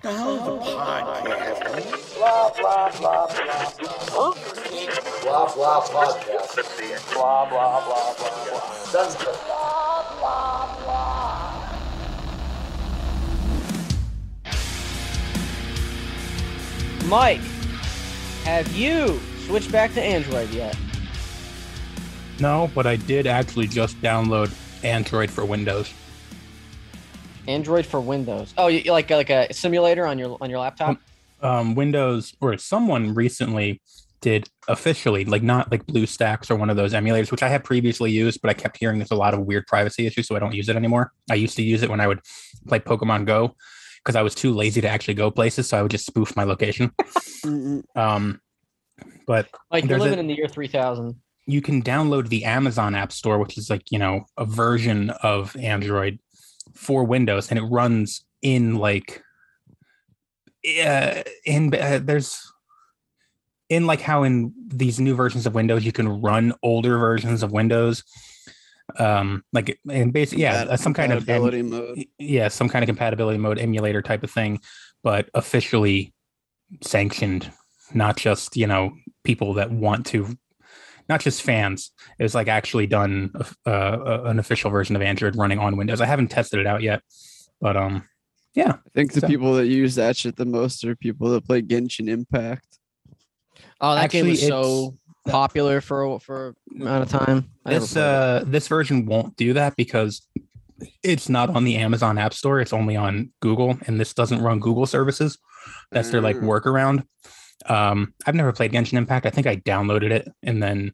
the hell's a podcast? Blah, blah, blah, blah, blah. Blah blah podcast. Blah, blah, blah, blah, blah. Sounds good. Mike, have you switched back to Android yet? No, but I did actually just download Android for Windows. Android for Windows. Oh, you, you like like a simulator on your on your laptop? Um, Windows, or someone recently did officially, like not like BlueStacks or one of those emulators, which I had previously used, but I kept hearing there's a lot of weird privacy issues, so I don't use it anymore. I used to use it when I would play Pokemon Go because I was too lazy to actually go places, so I would just spoof my location. Um, but Like you're There's a- living in the year three thousand. you can download the Amazon App Store, which is like, you know, a version of Android for Windows, and it runs in like, yeah, in uh, there's in like how in these new versions of Windows you can run older versions of Windows, um, like and basically, yeah, uh, some kind of em- ability mode. yeah, some kind of compatibility mode emulator type of thing, but officially sanctioned, not just, you know, people that want to, not just fans. It was like actually done uh, uh, an official version of Android running on Windows. I haven't tested it out yet, but um, I think the So- people that use that shit the most are people that play Genshin Impact. Oh, that game Actually, was so popular for a- for amount of time. I never this played it. uh, this version won't do that because it's not on the Amazon App Store. It's only on Google, and this doesn't run Google services. That's their like Mm. workaround. Um, I've never played Genshin Impact. I think I downloaded it, and then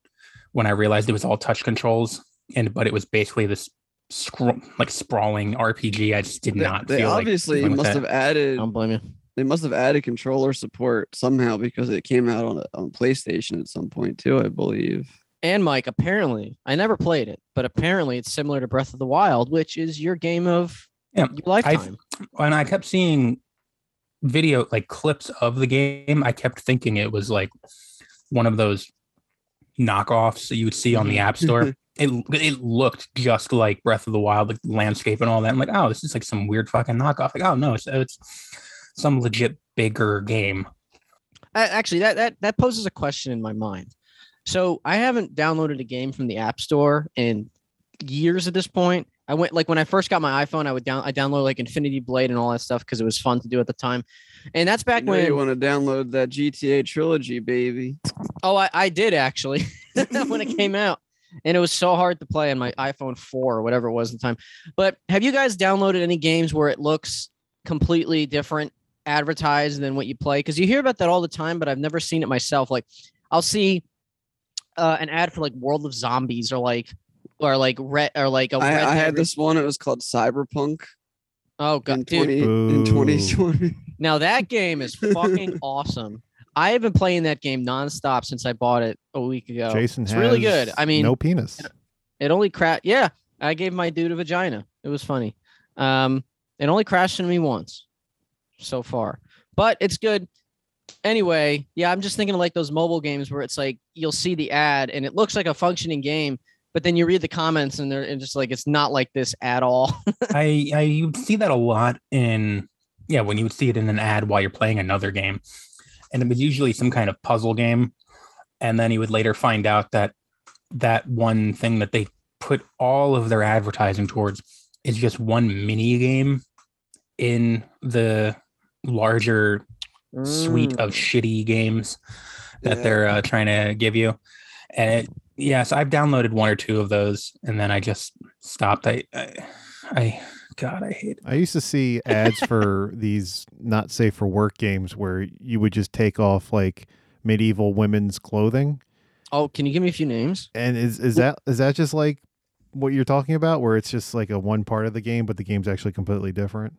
when I realized it was all touch controls, and but it was basically this scro- like sprawling RPG, I just did They, not. they feel obviously like dealing with must that. Um, have added. I don't blame you. They must have added controller support somehow because it came out on on PlayStation at some point too, I believe. And Mike, apparently, I never played it, but apparently it's similar to Breath of the Wild, which is your game of Yeah, your lifetime. and I kept seeing video like clips of the game. I kept thinking it was like one of those knockoffs that you would see on the App Store. it it looked just like Breath of the Wild, like landscape and all that. I'm like, oh, this is like some weird fucking knockoff. Like, oh no, it's, it's some legit bigger game. A- Uh, actually that, that that poses a question in my mind so i haven't downloaded a game from the app store in years at this point i went like when i first got my iphone i would down i download like infinity blade and all that stuff because it was fun to do at the time and that's I back know when you want to download that GTA trilogy, baby. oh i, I did actually when it came out and it was so hard to play on my iphone 4 or whatever it was at the time but have you guys downloaded any games where it looks completely different advertised than what you play? Because you hear about that all the time, but I've never seen it myself. Like, I'll see uh, an ad for like World of Zombies or like or like red or like a I, Red I Dead had Red- this one. It was called Cyberpunk Oh in god, dude! twenty in Boo. twenty twenty. Now that game is fucking awesome. I have been playing that game nonstop since I bought it a week ago. Jason it's has really good. I mean, no penis. It only crashed. Yeah, I gave my dude a vagina. It was funny. Um, it only crashed into me once so far, but it's good. Anyway, yeah, I'm just thinking of like those mobile games where it's like you'll see the ad and it looks like a functioning game, but then you read the comments and they're and just like it's not like this at all. I I you would see that a lot in yeah when you would see it in an ad while you're playing another game, and it was usually some kind of puzzle game, and then you would later find out that that one thing that they put all of their advertising towards is just one mini game in the larger suite of shitty games that Yeah. they're uh, trying to give you. And it, yeah, so I've downloaded one or two of those, and then I just stopped. I, I, I God, I hate it. I used to see ads for these not safe for work games where you would just take off like medieval women's clothing. Oh, can you give me a few names? And is is that is that just like what you're talking about where it's just like a one part of the game but the game's actually completely different?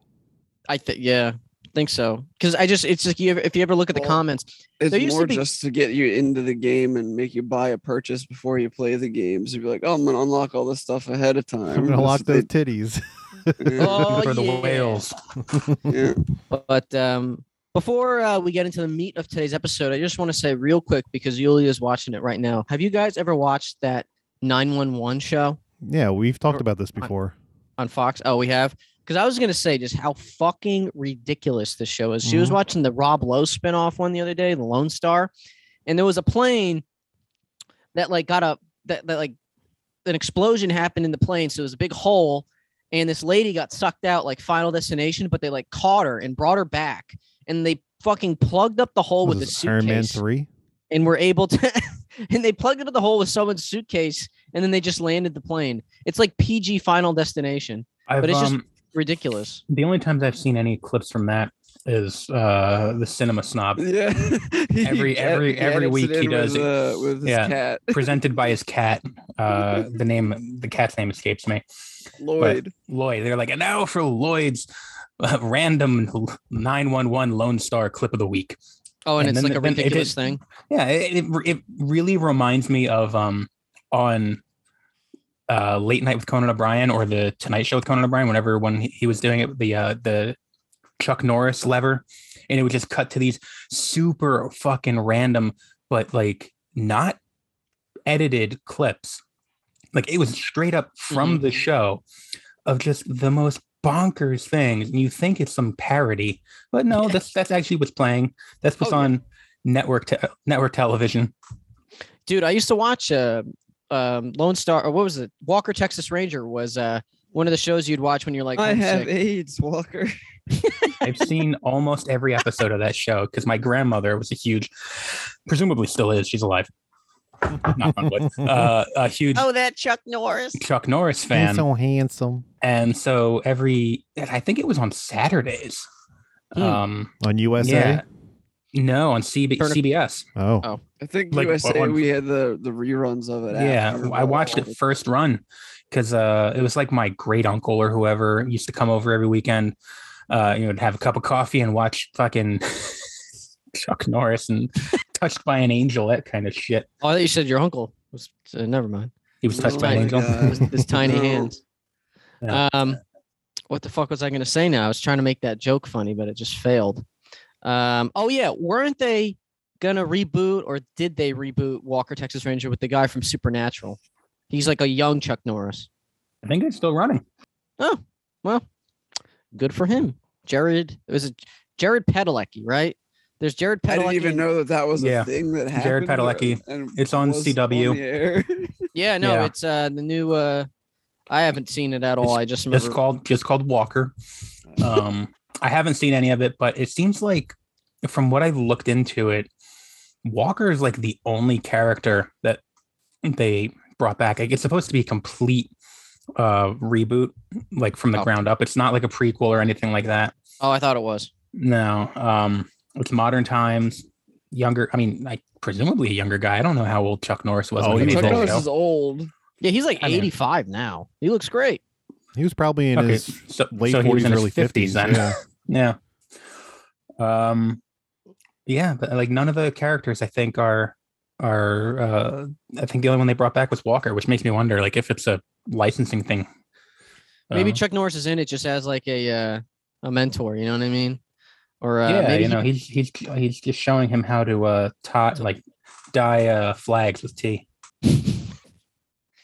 I think yeah, think so. Because I just it's just you ever, if you ever look at the Well, comments, There It's used to more be- just to get you into the game and make you buy a purchase before you play the games. You'd be like, oh, I'm gonna unlock all this stuff ahead of time. I'm going to That's lock what they those titties. do. Oh, for the yeah. whales. Yeah. But um, before uh, we get into the meat of today's episode, I just want to say real quick because Yulia is watching it right now. Have you guys ever watched that 911 show yeah, we've talked about this before. on Fox? Oh, we have. because I was gonna say just how fucking ridiculous this show is. She was Mhm. watching the Rob Lowe spinoff one the other day, the Lone Star, and there was a plane that like got a that, that like an explosion happened in the plane, so there was a big hole, and this lady got sucked out like Final Destination, but they like caught her and brought her back, and they fucking plugged up the hole What Oh, with the is this, Iron Man suitcase three. and were able to and they plugged into the hole with someone's suitcase and then they just landed the plane. It's like PG Final Destination. I've, But it's just- um, Ridiculous. the only times I've seen any clips from that is uh, the cinema snob Yeah. He Every- ed- every- he every edits week it he in does with, it. uh, with his Yeah. cat presented by his cat. Uh, the name, the cat's name escapes me. Lloyd. Lloyd. They're like, and now for Lloyd's uh, random 911 Lone Star clip of the week. Oh, and, And it's then like a the- then it ridiculous is- thing. Yeah, it, it, it really reminds me of um on uh Late Night with Conan O'Brien or the Tonight Show with Conan O'Brien, whenever when he, he was doing it, the uh the Chuck Norris lever, and it would just cut to these super fucking random, but like not edited clips. Like it was straight up from Mm-hmm. the show of just the most bonkers things. And you think it's some parody, but no, Yeah. that's that's actually what's playing. That's what's Oh, yeah. on network te- uh, network television. Dude, I used to watch uh, um Lone Star or what was it? Walker Texas Ranger was uh one of the shows you'd watch when you're like I homesick. have AIDS, Walker. I've seen almost every episode of that show because my grandmother was a huge, presumably still is. She's alive. Knock on wood. Uh, a huge Oh, that Chuck Norris. Chuck Norris He's fan, so handsome and so every and I think it was on Saturdays. Hmm. Um, on USA. yeah, no, on CB- Turn- CBS. Oh, Oh. I think Like, USA what one- we had the the reruns of it. Yeah, after, I but- uh, watched it first run because uh, it was like my great uncle or whoever used to come over every weekend. Uh, you know, to have a cup of coffee and watch fucking Chuck Norris and Touched by an Angel, that kind of shit. Oh, I thought you said your uncle was uh, never mind. He was touched Oh by an my angel. God. His- his tiny No. hands. Yeah. Um, what the fuck was I going to say now? I was trying to make that joke funny, but it just failed. Um, oh yeah, weren't they going to reboot or did they reboot Walker Texas Ranger with the guy from Supernatural? He's like a young Chuck Norris. I think it's still running. Well, good for him. Jared it was a Jared Padalecki, right? There's Jared Padalecki. I didn't even and- know that that was Yeah. a thing that happened. uh, Jared Padalecki. and It's on was CW. on the air. Yeah, no, Yeah. it's uh the new. uh I haven't seen it at all. It's I just remember. Just called just called Walker. Um, I haven't seen any of it, but it seems like from what I've looked into it, Walker is like the only character that they brought back. Like it's supposed to be a complete uh reboot, like from the Oh. ground up. It's not like a prequel or anything like that. oh, I thought it was. No. Um it's modern times, younger I mean, like presumably a younger guy. I don't know how old Chuck Norris was. Oh, on the he was Chuck original Norris show. is old. Yeah, he's like I mean- 85 now. He looks great. he was probably in Okay, his so, late so he was forties, in early his 50s fifties. then. Yeah. Yeah. Um yeah, but like none of the characters I think are are uh I think the only one they brought back was Walker, which makes me wonder like if it's a licensing thing. Maybe Uh, Chuck Norris is in it just as like a uh, a mentor. You know what I mean? Or uh, yeah, maybe you he- know, he's he's he's just showing him how to uh tie like dye uh flags with tea.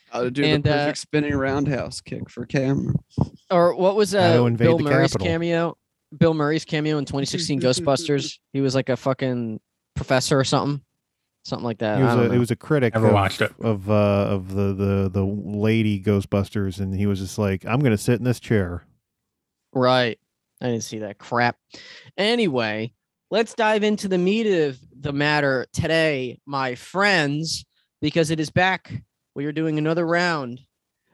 How to do And, the uh, perfect spinning roundhouse kick for Cameron. or what was How to uh, invade Bill the Murray's Capitol. cameo? Bill Murray's cameo in 2016 Ghostbusters. He was like a fucking professor or something, something like that. He was I don't a, he know. was a critic Never of, watched it. of uh of the the the lady Ghostbusters, and he was just like, "I'm gonna sit in this chair." Right. I didn't see that crap. Anyway, let's dive into the meat of the matter today, my friends, because it is back. We are doing another round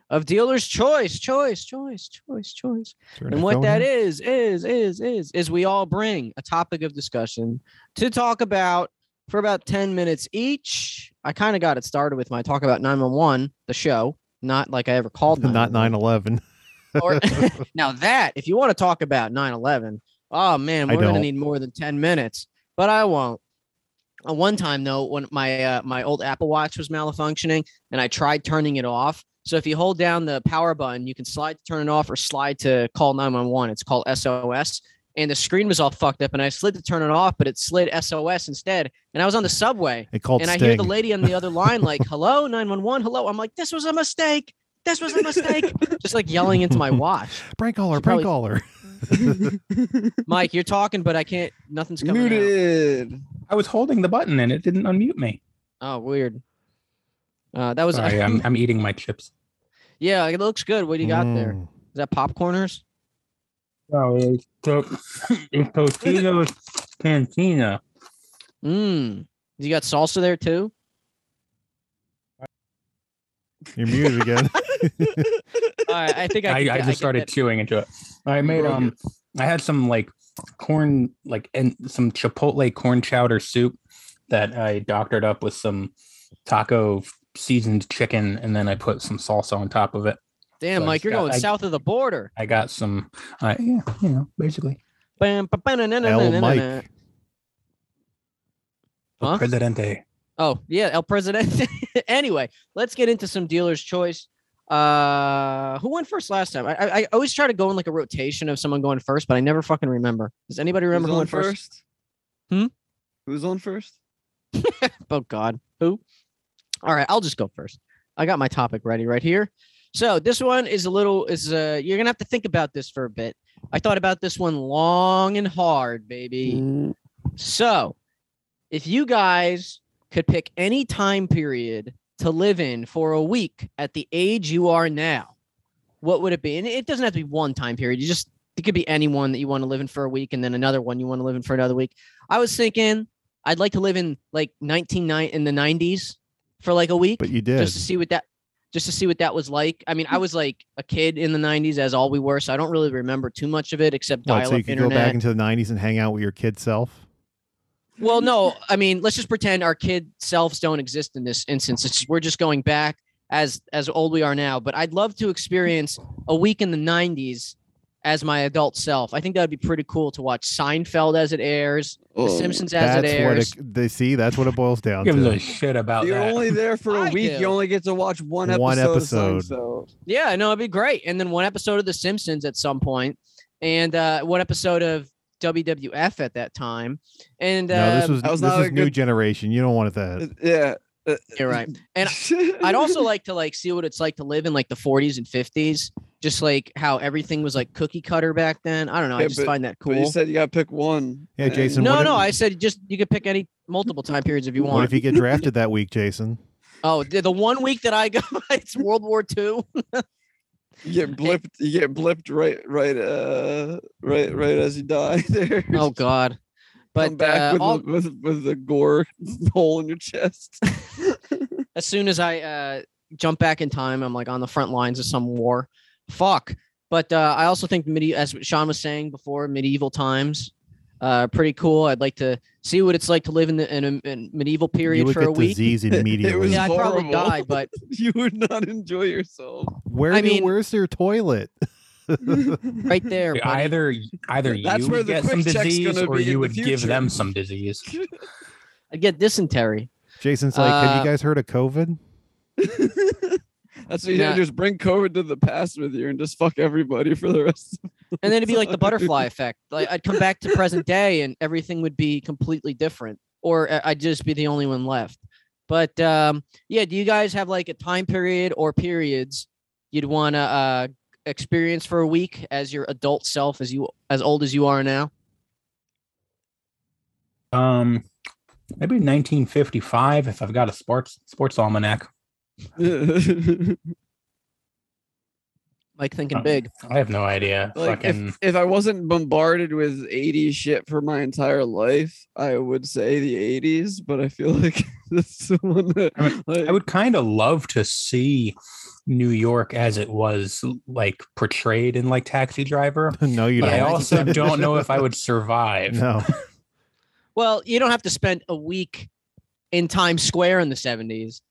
of dealer's choice, choice, choice, choice, choice. Is there an And what echo in that here? is, is, is, is, is we all bring a topic of discussion to talk about for about 10 minutes each. I kind of got it started with my talk about 911, the show, not like I ever called 911 not nine eleven. or now that if you want to talk about 9-11 oh man I we're gonna don't. need more than 10 minutes but i won't Uh, one time though when my uh, my old apple watch was malfunctioning and i tried turning it off so if you hold down the power button you can slide to turn it off or slide to call 911 it's called sos and the screen was all fucked up and i slid to turn it off but it slid sos instead and i was on the subway It called and I Sting. hear the lady on the other line like, "Hello, 911. Hello." I'm like, "This was a mistake. This was a mistake. Just like yelling into my watch. Prank caller, Should prank probably- caller. Mike, you're talking, but I can't. Nothing's coming. out. Muted. I was holding the button and it didn't unmute me. Oh, weird. Uh, that was Sorry, I'm, I'm eating my chips. yeah. It looks good. What do you got Mm. there? Is that popcorners? Oh, it's, it's Totino's Cantina. Mmm. You got salsa there too. Mm, You're muted again. All right, I think I. can I, I get- just can started get- chewing into it. I made um, I had some like corn, like and some chipotle corn chowder soup that I doctored up with some taco seasoned chicken, and then I put some salsa on top of it. Damn, so I Mike, just you're got- going I- south of the border. I got some, uh, yeah, you know, basically Bam, ba- ba- na- na- na- na- na- L na- Mike. El Huh? Presidente. Oh yeah, El Presidente. anyway, let's get into some dealer's choice. Uh, who went first last time? I, I I always try to go in like a rotation of someone going first, but I never fucking remember. Does anybody remember Who's who on went first? Hmm? Who's on first? Oh God, who? All right, I'll just go first. I got my topic ready right here. So this one is a little is uh you're gonna have to think about this for a bit. I thought about this one long and hard, baby. Mm, So, if you guys could pick any time period to live in for a week at the age you are now, what would it be? And it doesn't have to be one time period. You just it could be any one that you want to live in for a week, and then another one you want to live in for another week. I was thinking I'd like to live in like 199 in the 90s for like a week But you did. just to see what that just to see what that was like. I mean, I was like a kid in the 90s as all we were, so I don't really remember too much of it except What, dial Oh, so you up could internet. go back into the 90s and hang out with your kid self? Well, no, I mean, let's just pretend our kid selves don't exist in this instance. It's, we're just going back as as old we are now. But I'd love to experience a week in the '90s as my adult self. I think that'd be pretty cool to watch Seinfeld as it airs, The oh. Simpsons as it that's what airs. it, they see. That's what it boils down Give a to. shit about You're that. only there for a I week. do. You only get to watch one episode. One Of episode. so yeah, no, it'd be great. And then one episode of The Simpsons at some point, and uh, one episode of WWF at that time. And uh, no, this was That was this not is a new good- generation. You don't want that. yeah. uh, you're right. And I'd also like to like see what it's like to live in like the 40s and 50s, just like how everything was like cookie cutter back then. I don't know. I Yeah, just but- find that But you cool. said you got to pick one. Yeah, And- Jason, No, what no. if- I said just you could pick any multiple time periods if you What want. if you get drafted that week, Jason? oh, the, the one week that I go, it's World War II. You get blipped. You get blipped right, right, uh, right, right as you die. There. Oh God. Come But back uh, with, all, the, with with the gore hole in your chest. as soon as I uh, jump back in time, I'm like on the front lines of some war. Fuck. But uh, I also think medi- as Sean was saying before, medieval times, uh, pretty cool. I'd like to see what it's like to live in the in a in medieval you period would for get a week. disease immediately. was- Yeah, I'd probably horrible. die, but you would not enjoy yourself. Where I do, mean- where's their toilet? right there. buddy. Either either you That's where would the get some quick check's disease, gonna or be in you the would give future. them some disease. I'd get dysentery. Jason's like, have Uh, you guys heard of COVID? That's what you gotta Nah. do is bring COVID to the past with you and just fuck everybody for the rest. of And then it'd be like the butterfly effect. Like I'd come back to present day and everything would be completely different, or I- I'd just be the only one left. But um, yeah, do you guys have like a time period or periods you'd want to uh, experience for a week as your adult self, as you as old as you are now? Um, maybe 1955 if I've got a sports sports almanac. Like thinking Um, big. I have no idea. like Fucking if, if I wasn't bombarded with 80s shit for my entire life, I would say the 80s, but I feel like that's the one that I mean, like, I would kind of love to see New York as it was like portrayed in like Taxi Driver, no, you but don't. I also don't know if I would survive. No, Well, you don't have to spend a week in Times Square in the '70s.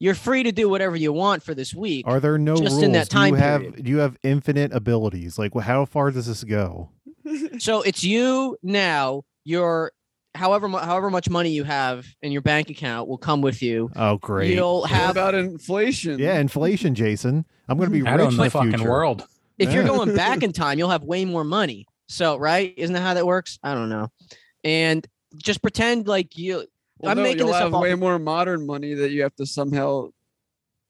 You're free to do whatever you want for this week. are there no Just rules? in that Do you time have period. do you have infinite abilities? Like, wh- how far does this go? So it's you now. Your however mu- however much money you have in your bank account will come with you. Oh, great! You'll What have about inflation? yeah, inflation, Jason. I'm going to be Out rich on in the the fucking future. world. if you're Yeah. going back in time, you'll have way more money. So right, isn't that how that works? I don't know. And just pretend like you. Well, I'm no, making you'll this up have off way of- more modern money that you have to somehow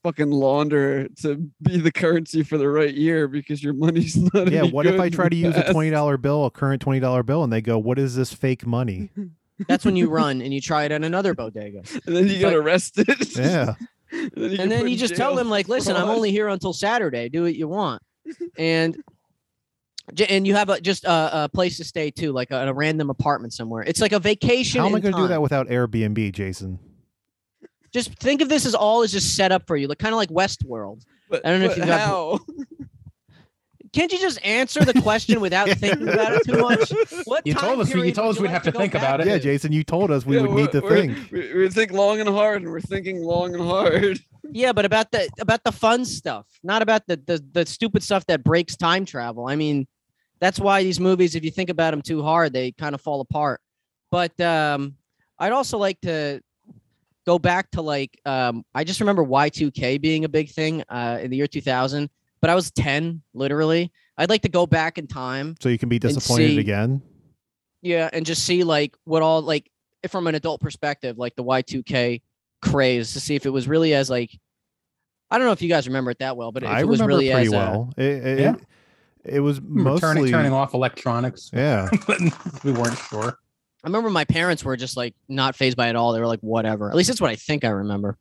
fucking launder to be the currency for the right year because your money's not. Yeah, any what if good I in try the to use a past? twenty dollar bill, a current twenty dollar bill, and they go, "What is this fake money?" That's when you run and you try it at another bodega. And then you get Like- arrested. Yeah, and then and then you just tell them like listen i'm only here until saturday do what you want and j- and you have a just a, a place to stay too like a, a random apartment somewhere it's like a vacation how am I in going to do time. that without Airbnb, Jason? just think of this as all is just set up for you like kind of like westworld I don't know if you've got- how. can't you just answer the question without thinking about it too much what You time told us we- you period told would us you we'd like have to go think back about it. Yeah, to? Jason, you told us we Yeah, would need to we're- we're- think. We, we think long and hard, and we're thinking long and hard. yeah but about the about the fun stuff not about the, the the stupid stuff that breaks time travel i mean that's why these movies if you think about them too hard they kind of fall apart but um i'd also like to go back to like um i just remember y2k being a big thing uh in the year 2000 but i was 10 literally i'd like to go back in time So you can be and disappointed see- again. yeah, and just see like what all like if from an adult perspective, like the Y2K craze to see if it was really as like I don't know if you guys remember it that well, but if I it was remember really it pretty as uh, well. It, it, Yeah. it, it was Remember turning- mostly turning off electronics. yeah. we weren't sure. I remember my parents were just like not phased by it at all. They were like whatever. At least that's what I think I remember.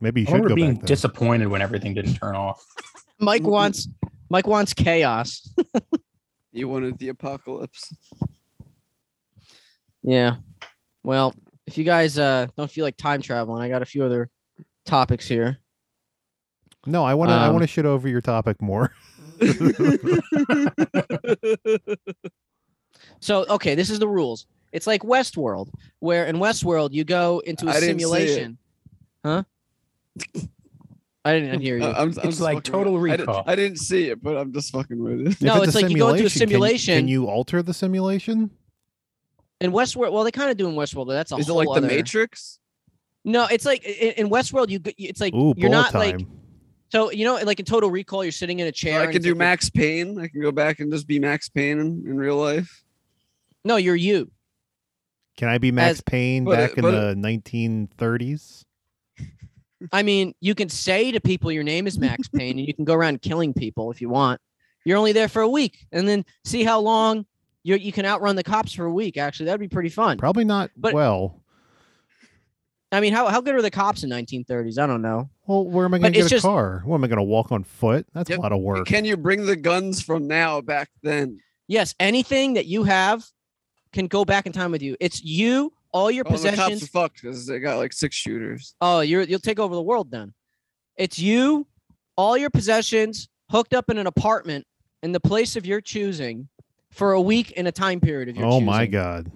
Maybe you I should remember go being back. there. disappointed when everything didn't turn off. Mike Mm-mm. wants Mike wants chaos. You wanted the apocalypse. yeah. Well, if you guys uh don't feel like time traveling, I got a few other topics here. no, I want to. I Um, want to shit over your topic more. So, okay, this is the rules. It's like Westworld, where in Westworld you go into a I didn't see it. simulation. Huh? I didn't hear you. I- I'm, I'm It's just like fucking Total with it. I didn't- Recall. I, didn't see it, but I'm just fucking with it. If No, a it's like you go into a simulation, can- simulation- Can, you alter the simulation? in Westworld, well, they kind of do in Westworld, but that's a Is it whole like other... the Matrix? No, it's like i- i- in Westworld, you g- it's like Ooh, you're bullet not time. like so you know like in Total Recall, you're sitting in a chair. I and can it's do like you're- Max Payne. I can go back and just be Max Payne in, in real life. No, you're you. Can I be Max as- Payne but back it- in but the 1930s? I mean, you can say to people your name is Max Payne, and you can go around killing people if you want. You're only there for a week, and then see how long you you can outrun the cops for a week. Actually, that'd be pretty fun. Probably not. But- well, I mean, how, how good are the cops in 1930s? I don't know. well, where am I going but to get it's a just- car? What am I going to walk on foot? That's Yep. a lot of work. Can you bring the guns from now back then? Yes, anything that you have can go back in time with you. It's you, all your All Oh, the cops are possessions. fucked because they got like six shooters. Oh, you're you'll take over the world then. It's you, all your possessions hooked up in an apartment in the place of your choosing for a week in a time period of your Oh my choosing. god!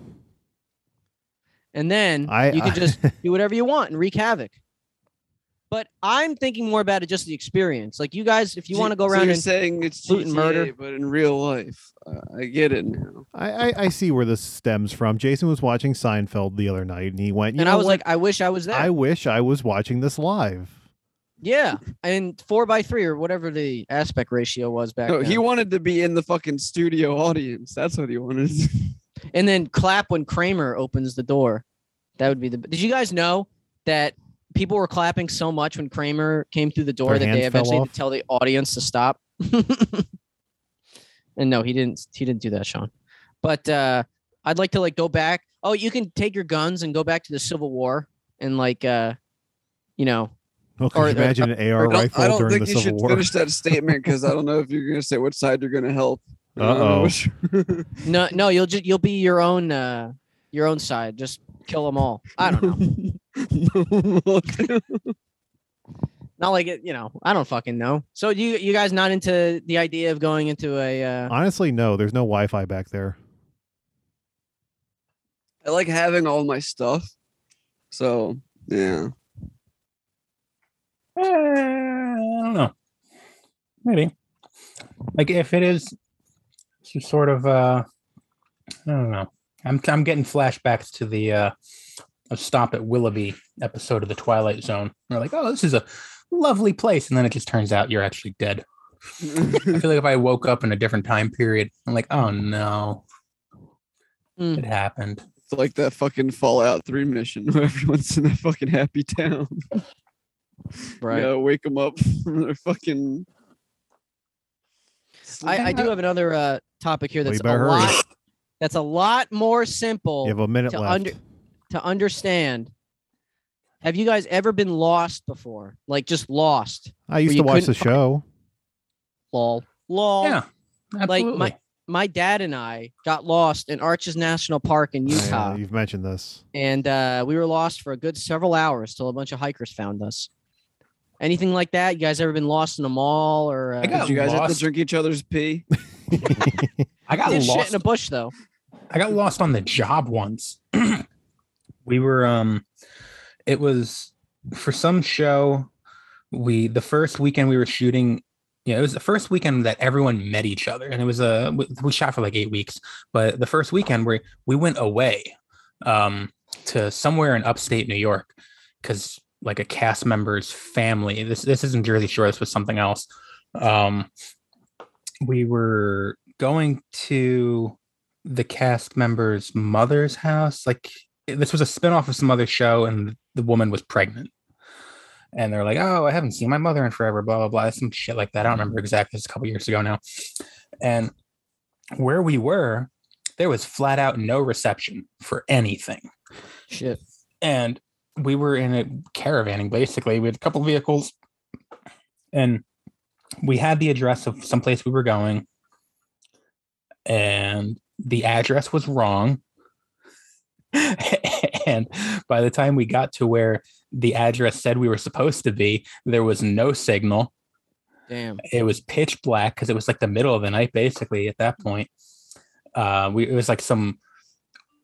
And then I you I- can just do whatever you want and wreak havoc. But I'm thinking more about it just the experience. Like you guys, if you G- want to go so around you're and saying it's loot and GTA, murder? but in real life, uh, I get it now. I, I I see where this stems from. Jason was watching Seinfeld the other night, and he went, "You and know I was what? like, I wish I was there. I wish I was watching this live." Yeah, and four by three or whatever the aspect ratio was back No, then. he wanted to be in the fucking studio audience. That's what he wanted. and then clap when Kramer opens the door. That would be the. Did you guys know that people were clapping so much when Kramer came through the door Their that they hands fell eventually had off? to tell the audience to stop? and no, he didn't. He didn't do that, Sean. But uh, I'd like to like go back. Oh, you can take your guns and go back to the Civil War and like, uh, you know, Well, Or- could you or- imagine an AR I don't, rifle I don't during think the you Civil should War? finish that statement because I don't know if you're gonna say what side you're gonna help. I don't know Uh-oh. which- no, no, you'll just you'll be your own, uh, your own side. Just kill them all. I don't know. No, dude. not like it you know i don't fucking know so you you guys not into the idea of going into a uh Honestly, no. There's no Wi-Fi back there. I like having all my stuff. So yeah, Eh, I don't know. Maybe. Like if it is some sort of uh I don't know. I'm I'm getting flashbacks to the uh a stop at Willoughby episode of the Twilight Zone. We're like, oh, this is a lovely place, and then it just turns out you're actually dead. I feel like if I woke up in a different time period, I'm like, oh no. Mm. It happened. it's like that fucking Fallout Three mission where everyone's in that fucking happy town. Right. Yeah, wake them up from their fucking. I, I do have another uh, topic here Well, you that's a better hurry. lot. That's a lot more simple You have a minute to left. under- to understand. Have you guys ever been lost before? Like just lost? I used you to watch the couldn't find- show. Lol. Lol. Yeah, Like, absolutely. my- My dad and I got lost in Arches National Park in I, uh, Utah, you've mentioned this. and uh, we were lost for a good several hours till a bunch of hikers found us. Anything like that? You guys ever been lost in a mall or? Uh, I got Did you guys have to lost. drink each other's pee? I got did shit lost in a bush though. I got lost on the job once. we were um it was for some show we the first weekend we were shooting yeah, it was the first weekend that everyone met each other, and it was a we, we shot for like eight weeks. But the first weekend we we went away um, to somewhere in upstate New York because like a cast member's family. This this isn't Jersey Shore. This was something else. Um, we were going to the cast member's mother's house. Like this was a spinoff of some other show, and the woman was pregnant. And they're like, "Oh, I haven't seen my mother in forever." Blah blah blah, some shit like that. I don't remember exactly. It's a couple years ago now. And where we were, there was flat out no reception for anything Shit. and we were in a caravanning basically we had a couple vehicles and we had the address of someplace we were going and the address was wrong and by the time we got to where the address said we were supposed to be there was no signal Damn. it was pitch black because it was like the middle of the night basically at that point uh we it was like some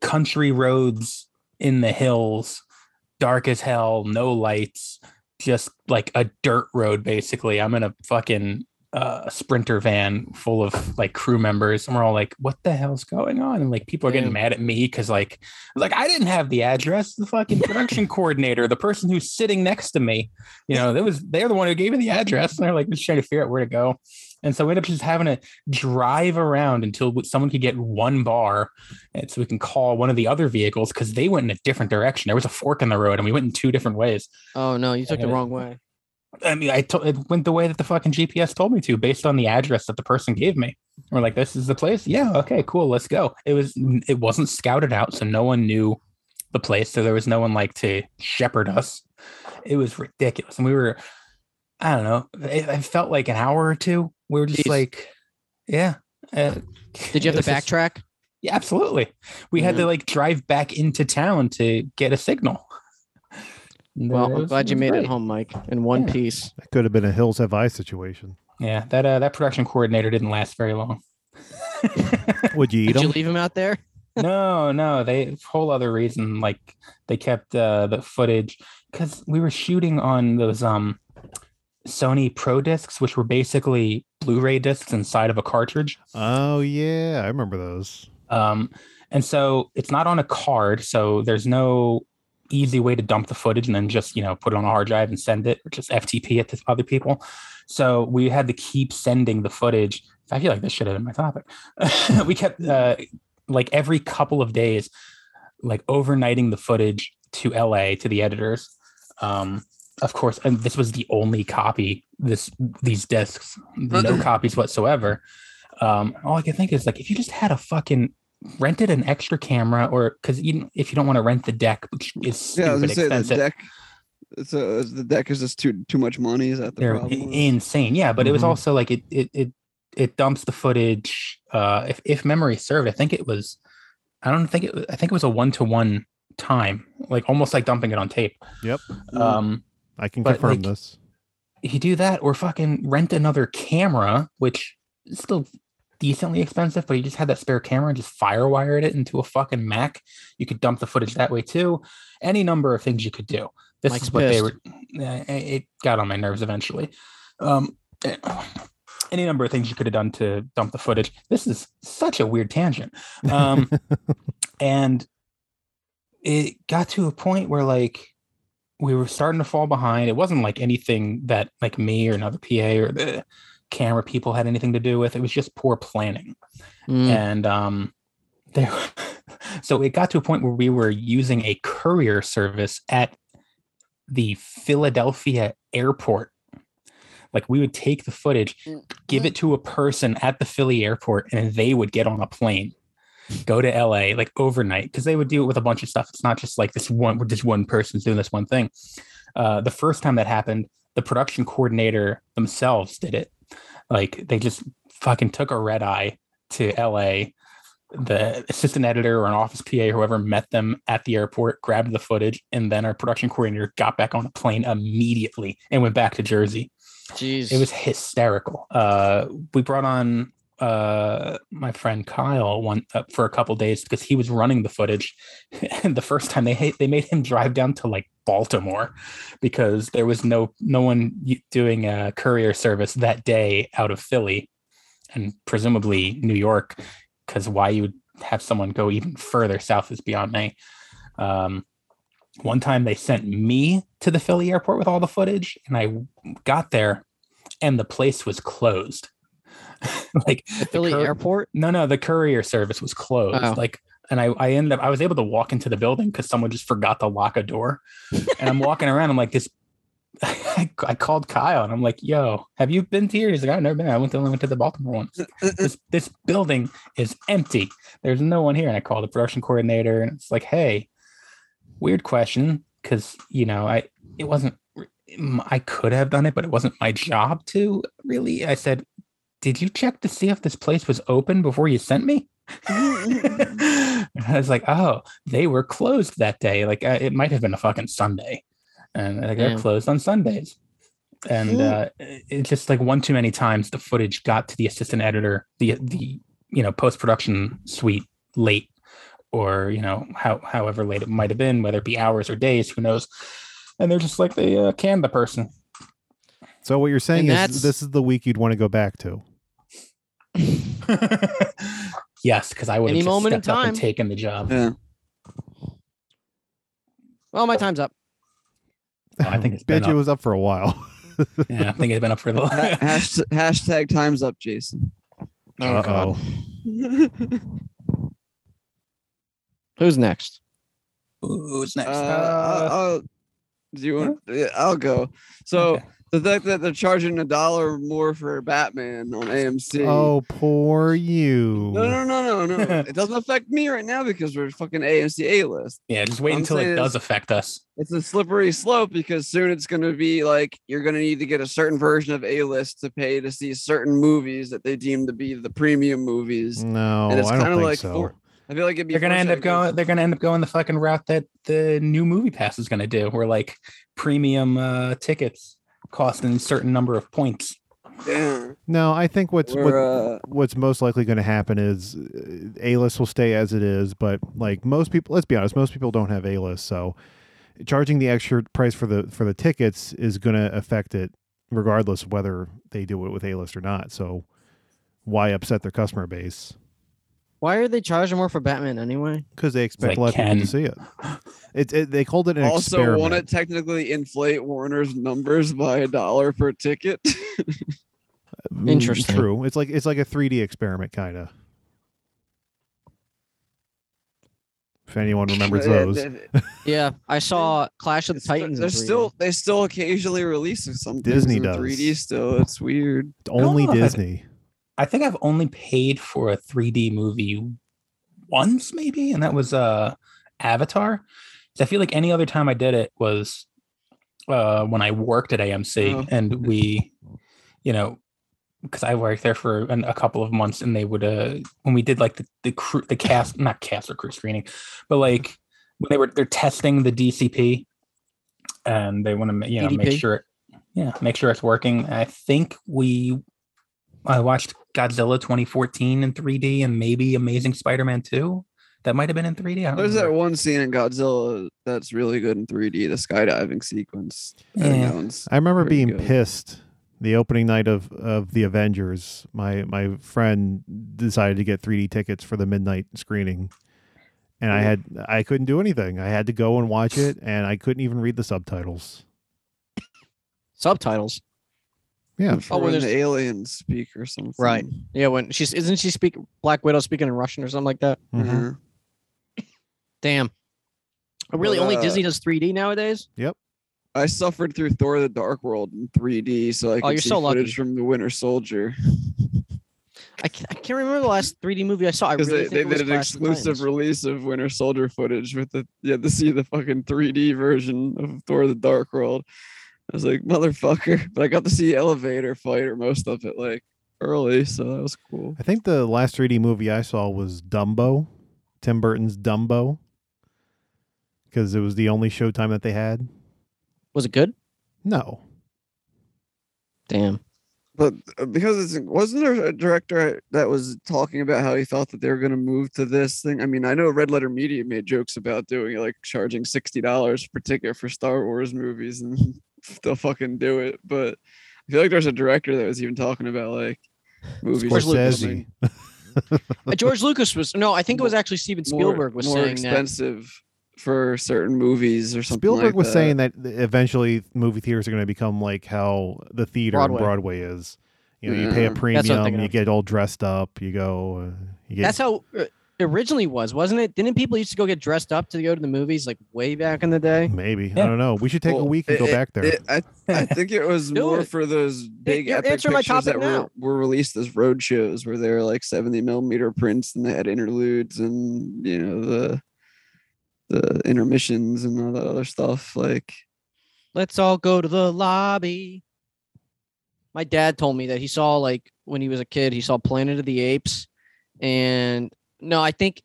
country roads in the hills dark as hell no lights just like a dirt road basically i'm in a fucking uh sprinter van full of like crew members and we're all like what the hell's going on and like people are getting Damn. mad at me because like like i didn't have the address the fucking production coordinator the person who's sitting next to me you know, that was they're the one who gave me the address, and they're like just trying to figure out where to go. And so we ended up just having to drive around until w- someone could get one bar, and so we can call one of the other vehicles because they went in a different direction. There was a fork in the road, and we went in two different ways. Oh no, you took the Yeah. wrong way. I mean, I to- it went the way that the fucking GPS told me to, based on the address that the person gave me. We're like, this is the place. Yeah, okay, cool, let's go. It was it wasn't scouted out, so no one knew the place, so there was no one like to shepherd us. It was ridiculous, and we were, I don't know, it, it felt like an hour or two. We were just Jeez. like, yeah. Uh, Did you have it to was just- backtrack? Mm-hmm. yeah, absolutely. We had to like drive back into town to get a signal. Well, I'm It was- glad you was made great. it home, Mike, in one Yeah. piece. That could have been a Hills Have Eyes situation. Yeah, that uh, that production coordinator didn't last very long. Would you eat Did you them? leave him out there? no, no, they whole other reason. Like they kept uh, the footage because we were shooting on those um Sony Pro discs, which were basically Blu-ray discs inside of a cartridge. Oh yeah, I remember those. Um, and so it's not on a card, so there's no easy way to dump the footage and then just you know put it on a hard drive and send it or just FTP it to other people. So we had to keep sending the footage. I feel like this should have been my topic. we kept uh, like every couple of days, like overnighting the footage to LA to the editors. Um, of course, and this was the only copy. This these discs, no copies whatsoever. Um, all I can think is like if you just had a fucking rented an extra camera, or because even if you don't want to rent the deck, which is stupid Mm, Yeah, I was gonna say the expensive. deck. So the deck is just too too much money. Is that the they're problem? Mm-hmm. insane. Yeah, but it was Mhm. also like it it it it dumps the footage. Uh, if if memory served, I think it was. I don't think it. was- I think it was a one to one time, like almost like dumping it on tape. Yep, Mm. Um, I can But, confirm like, this. you do that or fucking rent another camera, which is still decently expensive, but you just had that spare camera and just firewired it into a fucking Mac. You could dump the footage that way too. Any number of things you could do. This Mike's is what pissed. they were. yeah, It it got on my nerves eventually. Um, any number of things you could have done to dump the footage. This is such a weird tangent. Um, and it got to a point where like we were starting to fall behind. It wasn't like anything that like me or another PA or the camera people had anything to do with. It was just poor planning. Mm, And um there so it got to a point where we were using a courier service at the Philadelphia airport. Like we would take the footage, give it to a person at the Philly airport, and they would get on a plane, go to LA like overnight because they would do it with a bunch of stuff. It's not just like this one, just one person's doing this one thing. Uh, the first time that happened, the production coordinator themselves did it. Like they just fucking took a red eye to LA. The assistant editor or an office PA, whoever met them at the airport, grabbed the footage, and then our production coordinator got back on a plane immediately and went back to Jersey. Jeez. It was hysterical. Uh, we brought on uh, my friend Kyle one uh, for a couple days because he was running the footage. and the first time they hit, they made him drive down to like Baltimore because there was no no one y- doing a courier service that day out of Philly and presumably New York because why you would have someone go even further south is beyond me. Um, one time they sent me to the Philly airport with all the footage, and I got there, and the place was closed. like the Philly cur- airport? no, no, the courier service was closed. Oh. Like, and I, I ended up, I was able to walk into the building because someone just forgot to lock a door. And I'm walking around. I'm like, this. I, called Kyle and I'm like, yo, have you been to here? He's like, I've never been. I went to, I went to the Baltimore one. Uh, This, this building is empty. There's no one here. And I called the production coordinator and it's like, hey, weird question. Cause, you know, I, it wasn't, I could have done it, but it wasn't my job to really. I said, did you check to see if this place was open before you sent me? And I was like, oh, they were closed that day. Like uh, it might have been a fucking Sunday, and like, they're Damn. closed on Sundays. Hmm. And uh, it- it's just like one too many times the footage got to the assistant editor, the the you know post production suite late, or you know how however late it might have been, whether it be hours or days, who knows? And they're just like they uh, canned the person. So what you're saying that's- is this is the week you'd want to go back to. yes, because I would Any have just moment in stepped up and time. taken the job. Yeah. Well, my time's up. Oh, I think it's been Bitch, it up. was up for a while. Yeah, I think it's been up for the Ha- hasht- hashtag time's up, Jason. Uh, Uh God. oh. Who's next? Who's next? Uh, I'll, I'll- do you want? yeah, I'll go. So Okay. the fact that they're charging a dollar more for Batman on AMC. Oh, poor you. No, no, no, no, no. it doesn't affect me right now because we're fucking AMC A list. yeah, just wait I'm until saying it does is- affect us. It's a slippery slope because soon it's going to be like you're going to need to get a certain version of A list to pay to see certain movies that they deem to be the premium movies. No, and it's I don't kinda think like so. for- I feel like it'd be Mm. They're gonna end up foreshadowing- going. They're gonna end up going the fucking route that the new movie pass is gonna do, where like premium uh, tickets cost a certain number of points. Yeah. No, I think what's what, We're, uh, what's most likely going to happen is A list will stay as it is, but like most people, let's be honest, most people don't have A list, so charging the extra price for the for the tickets is going to affect it regardless of whether they do it with A list or not. So why upset their customer base? Why are they charging more for Batman anyway? Because they Like expect a lot of people Ken. to see it. It's it, they called it an Also, experiment. want to technically inflate Warner's numbers by a dollar per ticket? Mm, Interesting. True. It's like it's like a 3D experiment kind of. If anyone remembers those. Yeah, I saw Clash of the It's st- Titans. in They're 3D. still they still occasionally releasing something. Disney in does. 3D still. It's weird. Only know if I've- Disney. I think I've only paid for a 3D movie once, maybe, and that was uh Avatar. 'Cause I feel like any other time I did it was uh when I worked at AMC Oh. and we, you know, because I worked there for an, a couple of months and they would uh when we did like the the crew the cast not cast or crew screening, but like when they were they're testing the DCP and they want to you know make DDP? sure yeah make sure it's working. I think we I watched Godzilla 2014 in 3D and maybe Amazing Spider-Man 2. That might have been in 3D. I don't There's that remember. one scene in Godzilla that's really good in 3D. The skydiving sequence. I think Yeah. that one's- I remember Pretty being good. pissed the opening night of of the Avengers. My my friend decided to get 3D tickets for the midnight screening. And I had I couldn't do anything. I had to go and watch it and I couldn't even read the subtitles. subtitles. Yeah. for Oh, well, when the there's- aliens speak or something. Right. Yeah, when she's isn't she speak Black Widow speaking in Russian or something like that? Mhm. Yeah. Damn. Really, But, only uh, Disney does 3D nowadays. I suffered through Thor: The Dark World in 3D, so I could Oh, you're see so lucky. footage from the Winter Soldier I can't, I can't remember the last 3D movie I saw. I because really think they, it they was did an Clash of the exclusive Titans. release of Winter Soldier footage with the you had to see the fucking 3D version of Thor: The Dark World. I was like, motherfucker! But I got to see elevator fight or most of it like early, so that was cool. I think the last 3D movie I saw was Dumbo, Tim Burton's Dumbo, because it was the only Showtime that they had. was it good? No, Damn. But uh, because it's, wasn't there a director that was talking about how he thought that they were going to move to this thing? I mean, I know Red Letter Media made jokes about doing it, like charging sixty dollars per ticket for Star Wars movies, and they'll fucking do it. But I feel like there's a director that was even talking about like movies. Scorsese. becoming Uh, George Lucas was no, I think it was actually Steven more- Spielberg was more saying that. expensive for certain movies or something. Spielberg like was that. saying that th- eventually movie theaters are going to become like how the theater on Broadway. Broadway is. You know, you pay Mm-hmm. a I'm premium, thinking you of. get all dressed up, you go, uh, you get That's how it originally was, wasn't it? Didn't people used to go get dressed up to go to the movies like way back in the day? maybe I Yeah. don't know. We should take a Well, week and it- go it- back there. it- I, I think it was Do more it. for those big you're epic answering my pictures topic that now. were, were released as road shows where they were like 70 millimeter prints and they had interludes and you know the the intermissions and all that other stuff like Let's all go to the lobby. My dad told me that he saw like when he was a kid, he saw Planet of the Apes, and no, I think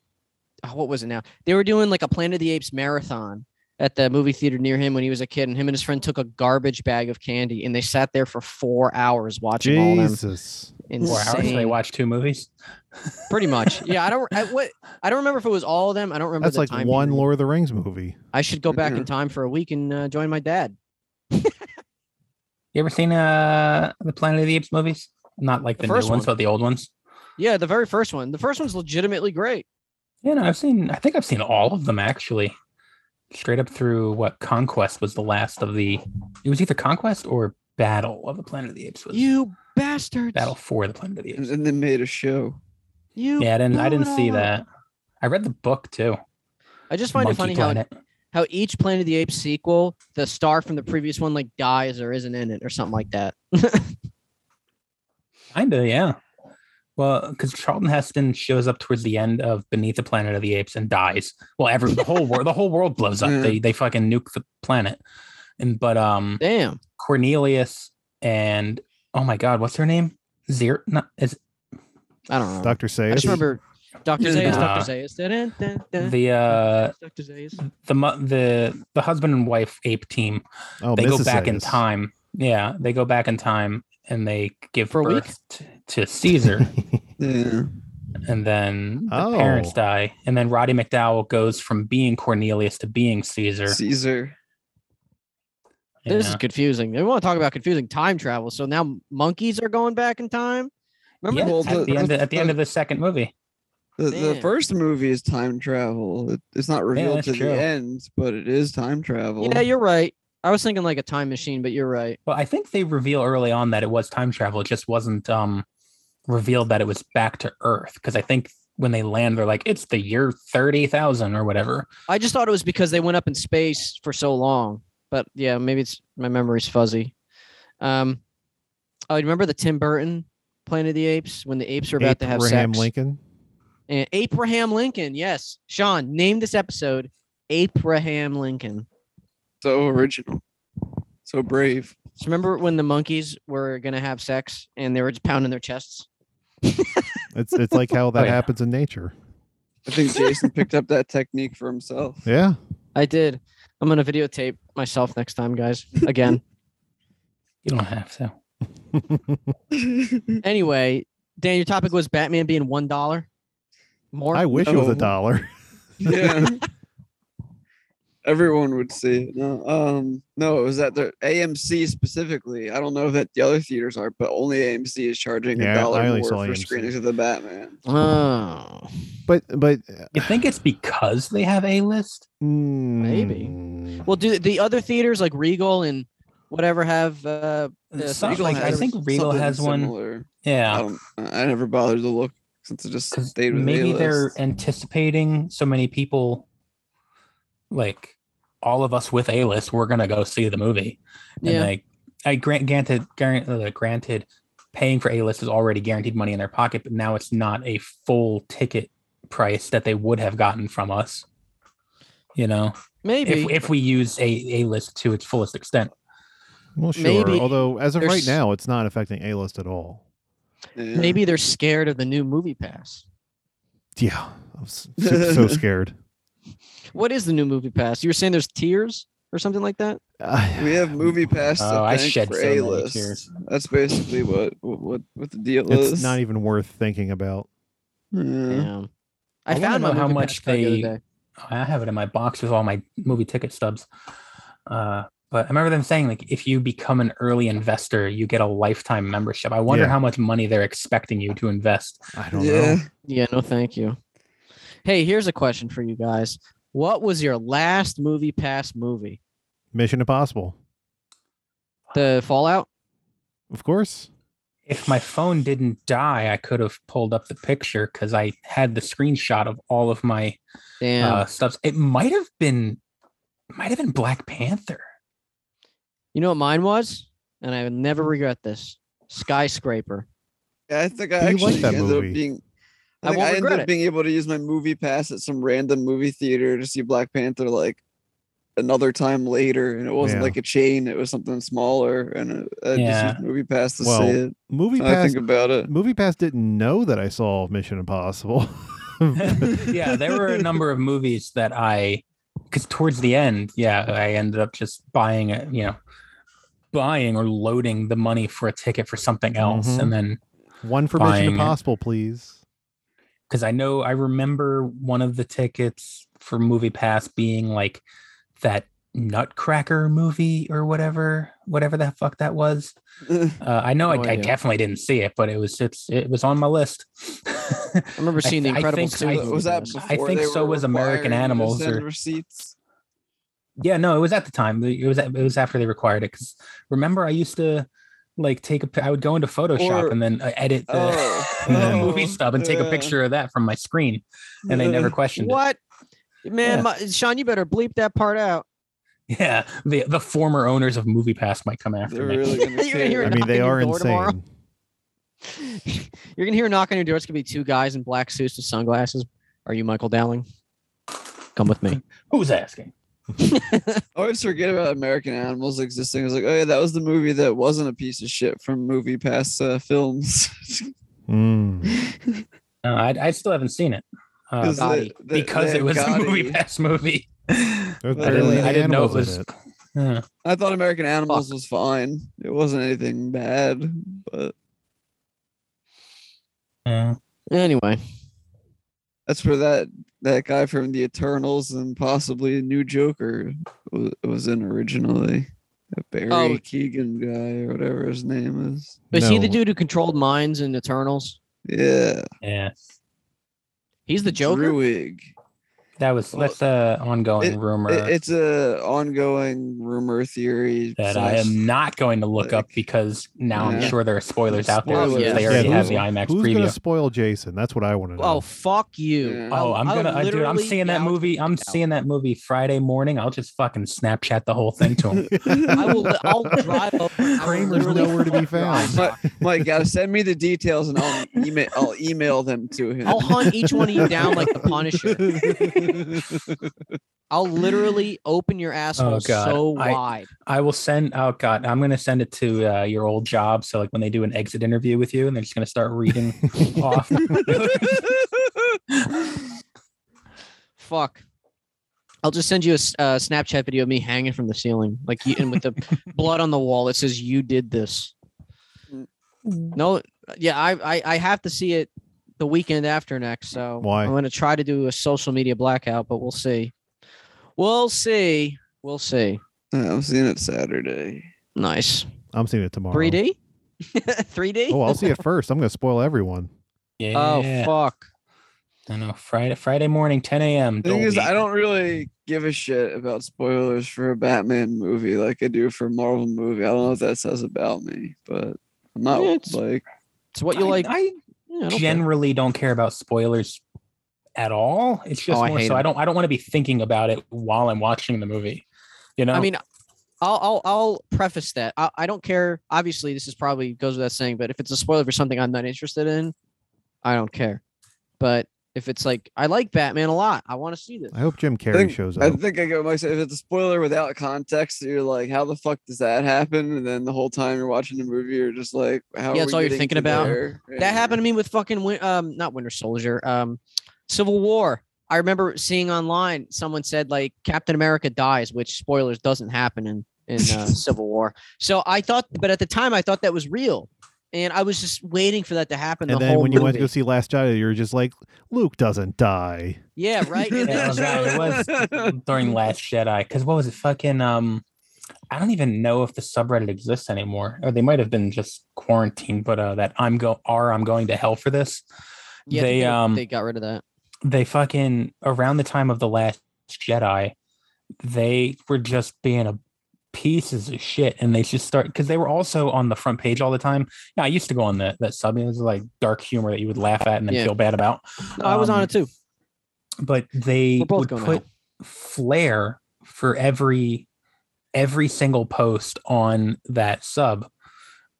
oh, what was it now? They were doing like a Planet of the Apes marathon at the movie theater near him when he was a kid, and him and his friend took a garbage bag of candy and they sat there for four hours watching all them. Jesus, Four Insane. hours. They watch two movies. Pretty much. Yeah, I don't. I, what I don't remember if it was all of them. I don't remember. that's the like time one period. Lord of the Rings movie. I should go back Yeah. in time for a week and uh, join my dad. You ever seen uh the Planet of the Apes movies? Not like The the, new first ones, one. but the old ones. Yeah, the very first one. The first one's legitimately great. Yeah, no, I've seen. I think I've seen all of them actually. Straight up through what Conquest was the last of the. It was either Conquest or Battle of the Planet of the Apes. Was You bastards! Battle for the Planet of the and Apes. then they made a show You. Yeah, I didn't. blew I it didn't see all up. that. I read the book too. I just find it funny how how each Planet of the Apes sequel, the star from the previous one, like dies or isn't in it or something like that. how. Kinda, yeah. Well, because Charlton Heston shows up towards the end of Beneath the Planet of the Apes and dies. Well, every the whole world, the whole world blows up. Mm-hmm. Yeah. They they fucking nuke the planet. And but um, Damn. Cornelius and oh my god, what's her name? Zero? No, is I don't Oh. know. Doctor I just Sayers. remember Doctor Yeah. Zayas. Doctor Zayas. Dun, dun, dun, dun. Uh, the uh Doctor Zayas. the mu- the the husband and wife ape team? Oh, they go Mrs. back in Sayers. time. Yeah, they go back in time and they give For a week? birth t- to Caesar, yeah and then the Oh. parents die, and then Roddy McDowell goes from being Cornelius to being Caesar. caesar you This is know? confusing. They want to talk about confusing time travel. So now monkeys are going back in time. Remember? Yeah, Well, at, the- the end of, at the end of the second movie, the, the Man. first movie is time travel it, it's not revealed that's to true. the end but it is time travel Yeah, you're right. I was thinking like a time machine, but you're right. well, I think they reveal early on that it was time travel. It just wasn't um revealed that it was back to Earth because I think when they land, they're like it's the year thirty thousand or whatever. I just thought it was because they went up in space for so long. But yeah, maybe it's my memory's fuzzy. Um, oh, you remember the Tim Burton Planet of the Apes when the apes were about to have Abraham sex? Lincoln. And Abraham Lincoln, yes. Sean, name this episode Abraham Lincoln. so original so brave So remember when the monkeys were gonna have sex and they were just pounding their chests? It's it's like how Oh, that yeah. happens in nature. i think jason picked up that technique for himself Yeah, I did. I'm gonna videotape myself next time, guys. Again. You don't have to. anyway, Dan, your topic was Batman being one dollar. More I wish it was No. a dollar. yeah. Everyone would see it. No, um, no, it was at the AMC specifically. I don't know if that the other theaters are, but only AMC is charging a Yeah, I dollar only more for saw AMC. screenings of the Batman. Oh. But but uh, You think it's because they have a list? Maybe. mm, Well, do the other theaters like Regal and whatever have uh Yeah, so Some- Regal like, I has think Regal something has one. similar. I, Yeah, don't, I never bothered to look since it just 'cause stayed with maybe A-list. they're anticipating so many people, like all of us with A list, we're gonna go see the movie. And Yeah. like I grant granted grant, uh, granted paying for A list is already guaranteed money in their pocket, but now it's not a full ticket price that they would have gotten from us. You know, Maybe if if we use a A list to its fullest extent. Well, sure. Maybe Although, as of right there's- now, it's not affecting A list at all. Yeah. maybe they're scared of the new movie pass. Yeah, I'm s- so, so scared. What is the new movie pass? You were saying there's tiers or something like that? we have movie pass to Oh, I thank shed for so many A-list. tears. That's basically what what what the deal it's is. not e- even worth thinking about. Yeah. Damn. I, Mm-hmm. I wanna found my know how movie much pass card the other they- day. I have it in my box with all my movie ticket stubs. Uh, but I remember them saying like if you become an early investor, you get a lifetime membership. I wonder Yeah. how much money they're expecting you to invest. I don't yeah. know. Yeah, no, thank you. Hey, here's a question for you guys. What was your last movie pass movie? Mission Impossible, The Fallout? of course. If my phone didn't die, I could have pulled up the picture because I had the screenshot of all of my Damn. uh, stubs. It might have been, might have been Black Panther. you know what mine was? And I would never regret this. Skyscraper. Yeah, I think I Do you actually like that ended movie? up being. I I, think won't I ended regret up it. being able to use my movie pass at some random movie theater to see Black Panther like another time later, and it wasn't Yeah. like a chain; it was something smaller, and uh, I Yeah. just used movie pass to Well, see it. Movie Now I Pass. think about it. Movie Pass didn't know that I saw Mission Impossible. yeah, there were a number of movies that I, because towards the end, yeah, I ended up just buying it, you know, buying or loading the money for a ticket for something else. Mm-hmm. Mhm. And then, One for Buying Mission it. Impossible, please. because I know I remember one of the tickets for Movie Pass being like that Nutcracker movie or whatever, whatever the fuck that was. Uh, I know No I, I idea. definitely didn't see it, but it was it's it was on my list. I remember I seeing th- I The think Incredibles 2. I- movie was that pass. I before think they so were was American requiring you to Animals send or- receipts. Yeah, no, it was at the time. It was it was after they required it. Because remember, I used to like take a. pi- I would go into Photoshop Or- and then uh, edit the, Oh, the oh, movie stub and take a yeah. picture of that from my screen, and they never questioned What? Man, Yeah. my, Sean, you better bleep that part out. it. Yeah, the the former owners of MoviePass might come after They're me. really gonna You're gonna hear care. I it mean, knocking they your are door tomorrow. insane. You're gonna hear a knock on your door. It's gonna be two guys in black suits with sunglasses. Are you Michael Dowling? Come with me. Who's asking? I always forget about American Animals existing. I was like, oh yeah, that was the movie that wasn't a piece of shit from Movie Pass uh, films. Mm. No, Uh, I I still haven't seen it uh, 'Cause they- Gotti. they- because they it was a had Gotti. MoviePass movie. I There's But barely didn't really any I didn't know it was. animals in it. Yeah. I thought American Animals was fine. It wasn't anything bad, but yeah. Anyway, that's where that that guy from the Eternals and possibly New Joker was, was in originally. That Barry Oh. Keegan guy or whatever his name is. is he the No. dude who controlled minds in Eternals? Yeah, yeah, He's the Joker. Druig. that was Well, that's a ongoing it- rumor. It- it's a ongoing rumor theory that I slash- am not going to look up because now I'm Yeah. sure there are spoilers out there Spoilers. because they Yeah, already who's- have the IMAX Who's preview. gonna spoil Jason? That's what I want to know. Oh fuck you! Yeah. Oh, I'm I'll gonna, uh, dude. I'm literally seeing that gouge movie. I'm out. seeing that movie Friday morning. I'll just fucking Snapchat the whole thing to him. I will. I'll drive over. I will Kramer's literally nowhere to be fuck your eyes found. out. Mike, Mike, gotta send me the details and I'll email I'll email them to him. I'll hunt each one of you down like the Punisher. I'll literally open your Oh, asshole God. so I- wide. I will send. Oh God, I'm gonna send it to uh, your old job. So like when they do an exit interview with you, and they're just gonna start reading off. Fuck. I'll just send you a s- uh, Snapchat video of me hanging from the ceiling, like you, and with the blood on the wall that says "You did this." Mm. No, yeah, I, I I have to see it the weekend after next, so Why? I'm gonna try to do a social media blackout, but we'll see. We'll see. We'll see. I'm seeing it Saturday. Nice. I'm seeing it tomorrow. 3D. 3D. Oh, I'll see it first. I'm gonna spoil everyone. Yeah. Oh fuck. I know. Friday, Friday morning, 10 a.m. The thing don't is, eat. I don't really give a shit about spoilers for a Batman movie like I do for a Marvel movie. I don't know what that says about me, but I'm not Yeah, it's- like It's what you I- like. I Yeah, I don't care. generally don't care about spoilers at all. It's just Oh, I more hate so I 'em. don't I don't want to be thinking about it while I'm watching the movie. You Oh. know, I mean, I'll I'll, I'll preface that I, I don't care. Obviously, this is probably goes without saying, but if it's a spoiler for something I'm not interested in, I don't care. But if it's like I like Batman a lot, I want to see this. I hope Jim Carrey think- shows I up. think I go myself. If it's a spoiler without context, you're like, "How the fuck does that happen?" And then the whole time you're watching the movie, you're just like, "How?" Yeah, are it's we all you're getting thinking to about. there?" That And- happened to me with fucking Win- um not Winter Soldier, um Civil War. I remember seeing online someone said like Captain America dies, which spoilers doesn't happen in in uh, Civil War. So I thought, but at the time I thought that was real, and I was just waiting for that to happen. And the then whole when you went to go movie. see Last Jedi, you were just like, Luke doesn't die. yeah, right. And Yeah, then I it was, was it like, was during Last Jedi. Because what was it? Fucking um, I don't even know if the subreddit exists anymore, or they might have been just quarantined. But uh, that I'm go are I'm going to hell for this. yeah, I think they um they got rid of that. they fucking around the time of the Last Jedi, they were just being a pieces of shit, and they just start because they were also on the front page all the time. Yeah, I used to go on that that sub. and It was like dark humor that you would laugh at and then Yeah. feel bad about. No, I was on um, it too. but they We're both would going to put flair for every every single post on that sub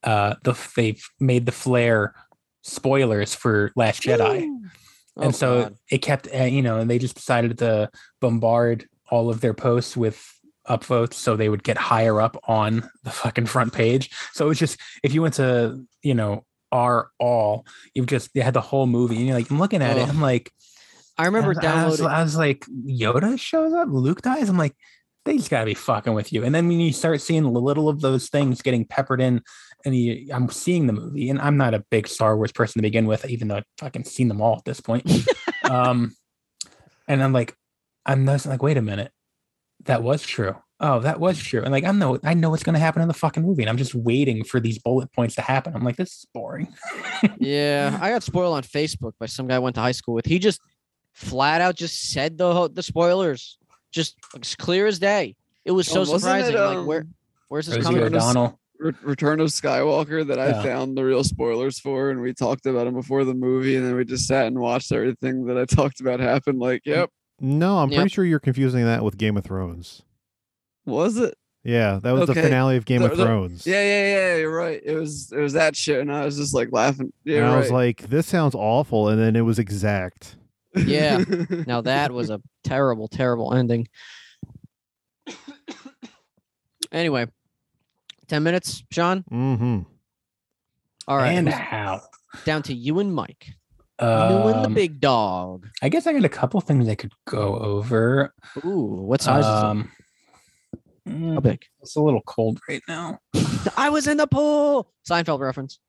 uh the they've made the flair spoilers for last jedi Oh, and so God. it kept uh, you know and they just decided to bombard all of their posts with upvotes so they would get higher up on the fucking front page so it was just if you went to you know r all you just you had the whole movie and you're like i'm looking at it Ugh. i'm like I remember I was, downloading. I was like, Yoda shows up, Luke dies. I'm like, they just gotta be fucking with you. And then when you start seeing the little of those things getting peppered in, and you, I'm seeing the movie, and I'm not a big Star Wars person to begin with, even though I've fucking seen them all at this point. um, and I'm like, I'm noticing like, wait a minute, that was true. Oh, that was true. And like, I know, I know what's gonna happen in the fucking movie, and I'm just waiting for these bullet points to happen. I'm like, this is boring. Yeah, I got spoiled on Facebook by some guy I went to high school with. He just flat out just said the ho- the spoilers, just as clear as day. It was so Oh, wasn't it, surprising. like where um, where's this Rosie coming from? O'Donnell. Re- Return of Skywalker that I Yeah. found the real spoilers for, and we talked about them before the movie, and then we just sat and watched everything that I talked about happen. Like, yep, No, I'm Yep. pretty sure you're confusing that with Game of Thrones. was it? Yeah, that was the Okay. finale of Game The- of the- Thrones. Yeah, yeah, yeah. You're right. It was it was that shit, and I was just like laughing. and Yeah, I was right. like, this sounds awful. And then it was exact. Yeah. Now that was a terrible, terrible ending. anyway, ten minutes, Sean. hmm All right, and who's how? down to you and Mike. you and the Um, big dog. I guess I got a couple things I could go over. Ooh, what size is Um, it? mm, How big? It's a little cold right now. I was in the pool. Seinfeld reference.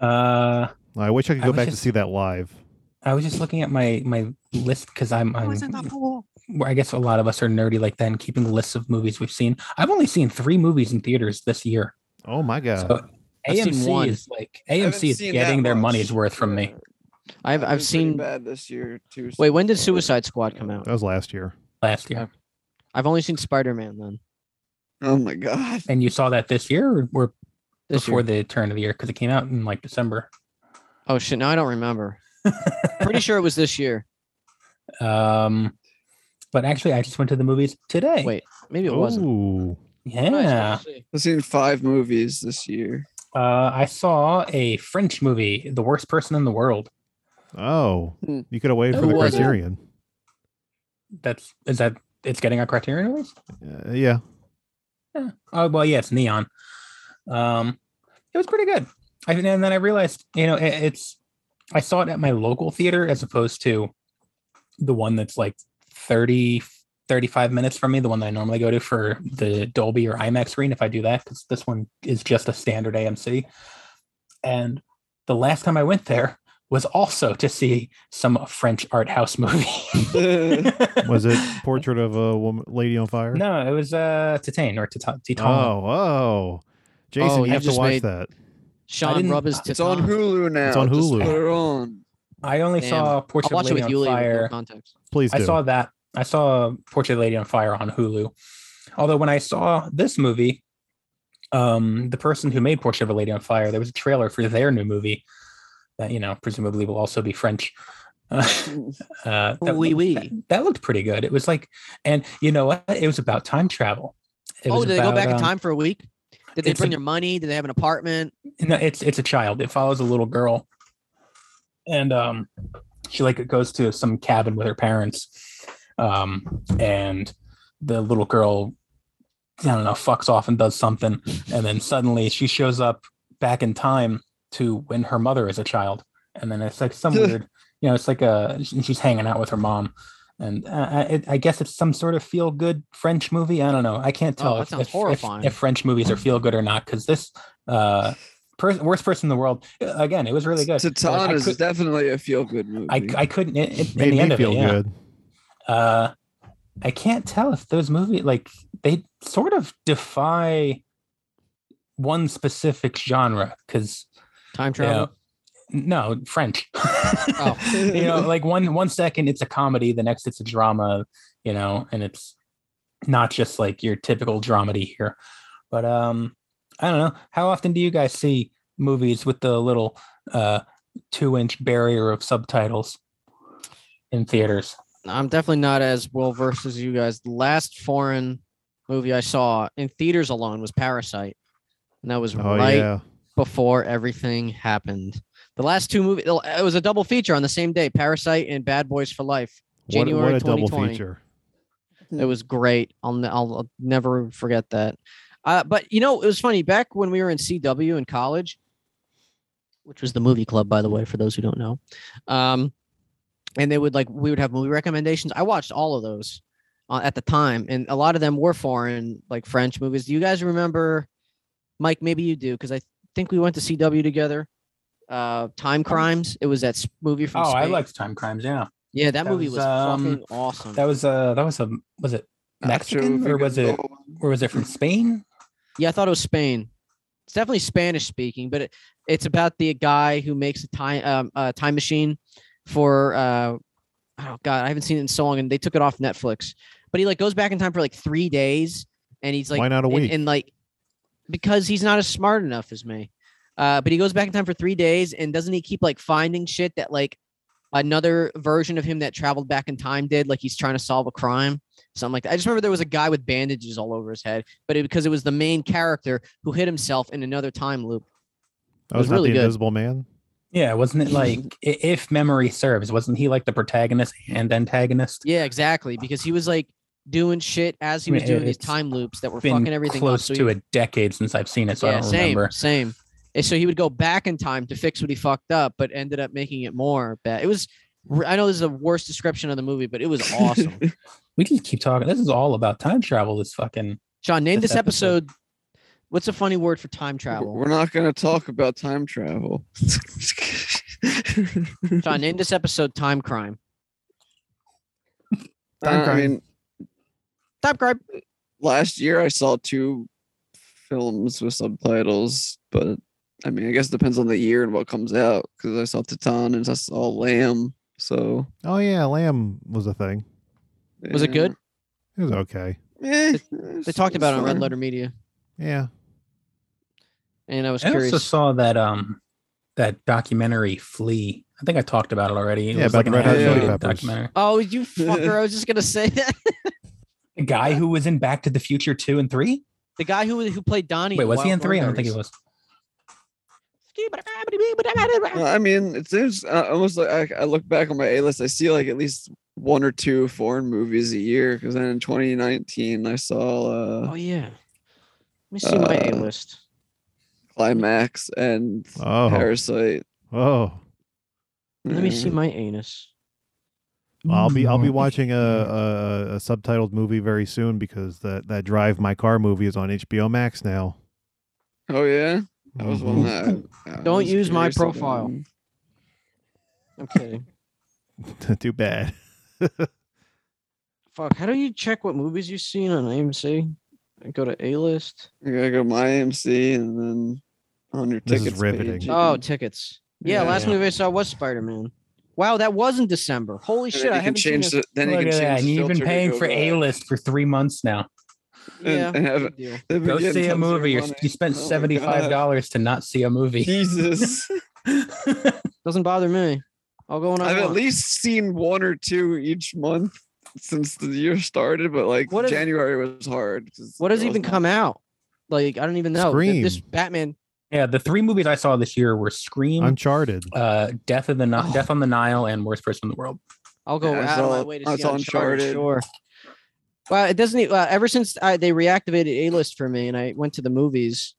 Uh, I wish I could I go was back to just- see that live. I was just looking at my my list because I'm, I Oh, I'm was in the pool. where I guess a lot of us are nerdy like that and keeping lists of movies we've seen. I've only seen three movies in theaters this year. Oh my god! So I've seen AMC one. is like haven't AMC is seen getting that their much. money's worth from me. Yeah. I've I've I've been pretty seen. bad this year too. Wait, when did so- Suicide Squad come out? that was last year. last year. I've only seen Spider Man then. Oh my god. And you saw that this year or, or This before year. the turn of the year because it came out in like December. oh shit! No, I don't remember. Pretty sure it was this year. Um, but actually, I just went to the movies today. Wait, Maybe it wasn't. Ooh, Yeah. I've seen five movies this year. Uh, I saw a French movie, The Worst Person in the World. oh, Hmm. you could have waited for Who the was it? Criterion. That's is that it's getting a criterion release? Uh, yeah, Yeah. Oh well, yeah, it's neon. Um, it was pretty good. I and then I realized, you know, it, it's I saw it at my local theater as opposed to the one that's like 30 35 minutes from me, the one that I normally go to for the Dolby or IMAX screen if I do that cuz this one is just a standard AMC. And the last time I went there was also to see some French art house movie. was it Portrait of a Woman, Lady on Fire? No, it was uh Titane or Titan. Oh, Titan. oh, Jason, Oh, you you have to just watch made- that. Sean didn't- Rubb is It's on Titan. Hulu now. on Just Hulu. put it on. I only Damn. saw Portrait I'll of watch a it Lady with Yuli on with no Fire. context. Please do. I saw that. I saw Portrait of a Lady on Fire on Hulu. Although when I saw this movie, um, the person who made Portrait of a Lady on Fire, there was a trailer for their new movie that you know presumably will also be French. Uh, that, Oui, looked- oui. That, that looked pretty good. It was like, and you know what? It was about time travel. It oh, was did they go about, back in um, time for a week? Did they it's bring a- their money? Did they have an apartment? no, it's it's a child. It follows a little girl, and um, she like goes to some cabin with her parents, um, and the little girl, I don't know, fucks off and does something, and then suddenly she shows up back in time to when her mother is a child, and then it's like some weird, you know, it's like a and she's hanging out with her mom. And uh, I, it- I guess it's some sort of feel good French movie. I don't know. I can't Oh, tell that if, sounds if- if- horrifying. if French movies are feel good or not because this uh pers- worst person in the world uh, again it was really good But Titan I, is could, definitely a feel good movie. I, I couldn't it, it, in Made the end me of it feel yeah. good. uh i can't tell if those movies like they sort of defy one specific genre because Time you travel. know, no french Oh. you know like one one second it's a comedy the next it's a drama you know and it's not just like your typical dramedy here but um i don't know how often do you guys see movies with the little uh two inch barrier of subtitles in theaters I'm definitely not as well versed as you guys. The last foreign movie I saw in theaters alone was Parasite, and that was Oh right yeah. before everything happened. The last two movies, it was a double feature on the same day: Parasite and Bad Boys for Life. What, January what a double 2020. feature. It was great. I'll, ne- I'll I'll never forget that. Uh, but you know, it was funny back when we were in CW in college, which was the movie club, by the way, for those who don't know. Um, and they would like we would have movie recommendations. I watched all of those uh, at the time, and a lot of them were foreign, like French movies. Do you guys remember, Mike? Maybe you do, because I think we went to CW together. Uh, Time Crimes. It was that s- movie from. Um, oh i Spain. liked time crimes yeah Yeah, that, that movie was, was um, fucking awesome. that was uh that was a was it mexican or was it Oh, or was it from spain Yeah, I thought it was Spain. It's definitely Spanish speaking, but it, it's about the guy who makes a time um, a time machine for uh, oh god, I haven't seen it in so long, and they took it off Netflix. But he like goes back in time for like three days, and he's like, Why not a and- week? And, like, because he's not as smart enough as me. Uh, but he goes back in time for three days, and doesn't he keep like finding shit that like another version of him that traveled back in time did? Like he's trying to solve a crime, something like that. I just remember there was a guy with bandages all over his head, but it, because it was the main character who hit himself in another time loop. That was was not really the good. Invisible Man. Yeah, wasn't it like i- if memory serves, wasn't he like the protagonist and antagonist? Yeah, exactly. Because he was like doing shit as he I was mean, it- doing these it's time loops that were Been fucking everything up, close so he- to a decade since I've seen it, so I don't same, remember. Same. And so he would go back in time to fix what he fucked up, but ended up making it more bad. It was, I know this is the worst description of the movie, but it was awesome. We just keep talking. This is all about time travel. This fucking John, name This this episode. episode. What's a funny word for time travel? We're not going to talk about time travel. John, name this episode time crime. Uh, I crime. mean, Time crime. last year I saw two films with subtitles, but I mean, I guess it depends on the year and what comes out because I saw Titan and I saw Lamb. So Oh yeah, Lamb was a thing. Was it good? It was okay. Eh, They talked about it on Red Letter Media, Yeah. and I was I curious. also saw that um that documentary Flea. I think I talked about it already. It Yeah, was about like the an Red Hot Chili animated Peppers. documentary. oh, you fucker! I was just gonna say that The guy who was in Back to the Future two and three. the guy who who played Donnie. Wait, was he in three? I don't think he was. Uh, I mean, it seems uh, almost like I, I look back on my A list, I see like at least one or two foreign movies a year. Because then in 2019, I saw uh, Oh yeah. Let me see my A Uh, list. Climax and Oh. Parasite. Oh. Let me uh, see Mm. my anus. Well, I'll be I'll Hmm. Mm-hmm. be watching a, a a subtitled movie very soon because that that Drive My Car movie is on HBO Max now. Oh yeah, that was one that. I- I Don't was use my curious about. profile. I'm kidding. Too bad. Fuck. How do you check what movies you've seen on AMC? I go to A list. You gotta go my AMC and then on your This is tickets. riveting. page, you Oh, can- tickets. Yeah, Yeah. last movie I saw was Spider Man. Wow, that was in December. Holy and shit! I then you can haven't seen change this. the. Then you Look can at change that. the and You've been filter to paying go for back. A list for three months now. and- Yeah, and have good deal. They've been Go getting see a tons of movie. You're, money. you spent Oh my God. seventy five dollars to not see a movie. Jesus. doesn't bother me. I'll go when I I've at want. least seen one or two each month. since the year started, but like What is- January was hard. 'cause What has there even wasn't- come out? Like I don't even know. Th- This Scream. Batman. Yeah, the three movies I saw this year were Scream, Uncharted. uh, Death of the Ni- Oh. Death on the Nile, and Worst Person in the World. I'll go Yeah, I out of my saw- way to I see saw Uncharted. Uncharted. Sure. Well, it doesn't. e- Uh, ever since I, they reactivated A list for me, and I went to the movies,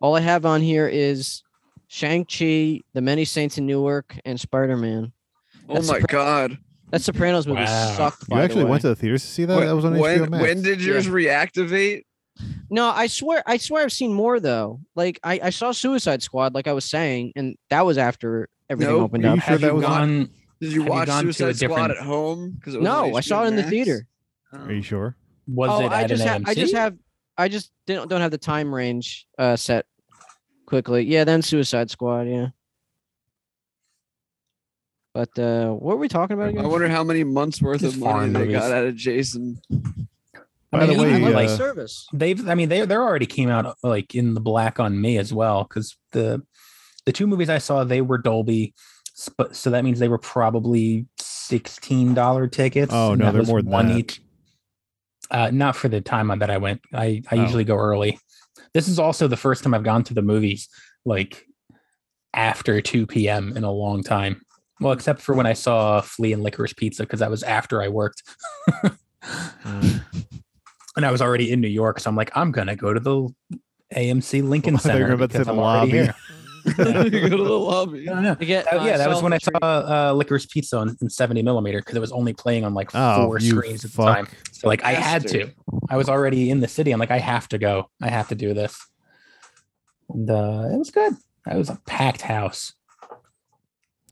all I have on here is Shang Chi, The Many Saints in Newark, and Spider Man. Oh That's my surpri- god! That Sopranos movie Wow. sucked. You by the actually way. went to the theaters to see that? When- that was on when, HBO Max. When did yours reactivate? No, I swear, I swear, I've seen more though. Like I, I saw Suicide Squad, like I was saying, and that was after everything Nope. opened Are up. you sure Have that you was on? gone? Did you Have you watch gone to a Suicide Squad different- at home? Because No, I saw it in the theater. Oh. Are you sure? Was oh, it I at an just ha- AMC? I just have, I just don't don't have the time range uh, set quickly. Yeah, then Suicide Squad. Yeah. But uh, what were we talking about again? I wonder how many months worth Just of money foreign they movies. got out of Jason. I By mean, the he- I way, love my uh, service. They've, I mean, they they already came out like in the black on me as well because the the two movies I saw they were Dolby, but so that means they were probably sixteen dollar tickets. Oh, and no, that they're was more than one that. each. Uh, not for the time that I went. I I Oh. usually go early. This is also the first time I've gone to the movies like after two p.m. in a long time. Well, except for when I saw Flea and Licorice Pizza because that was after I worked. and I was already in New York, so I'm like, I'm gonna go to the AMC Lincoln I thought you were Center about to say because the I'm already lobby. here. Go to the lobby. I don't know. To get Uh, yeah, that myself was when a I saw treat. uh, Licorice Pizza on, in 70 millimeter because it was only playing on like Oh, four you screens at the fuck. time. So like I had to. Bastard. I was already in the city. I'm like, I have to go. I have to do this. And uh, it was good. It was a packed house.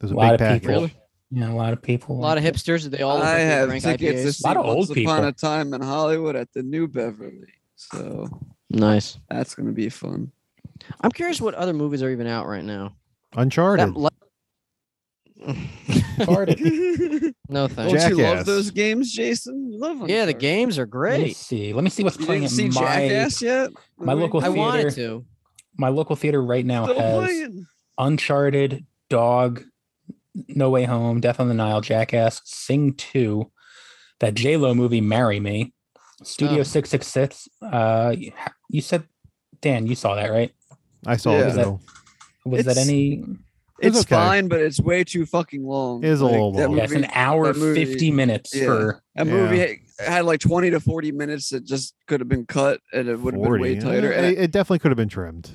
There's a a lot big of package. people. Yeah, a lot of people. a lot of hipsters. They all I look like they have drink tickets to IPAs. see Lot of Once old people. Upon a Time in Hollywood at the New Beverly. So Nice. that's gonna be fun. I'm curious what other movies are even out right now. That Uncharted. le- Started. Don't no thanks. Jack- you love Jackass. those games, Jason? You love them. yeah, the games are Let me great. see. Let me see what's You playing didn't at see my Jackass yet? my local I theater. wanted to. my local theater right now Still has playing. Uncharted, Dog, No Way Home, Death on the Nile, Jackass, Sing 2, that J Lo movie, Marry Me, Studio Oh. 666. Uh, you- you said, Dan, you saw that, right? I saw Yeah. it. Though. Was that It's- any? It's It's okay. fine, but it's way too fucking long. It is a little that long. Yeah, it's movie- an hour that movie- 50 minutes yeah. for. That Yeah. movie ha- had like 20 to 40 minutes that just could have been cut and it would have been 40. way tighter. Uh, And, It, it definitely could have been trimmed.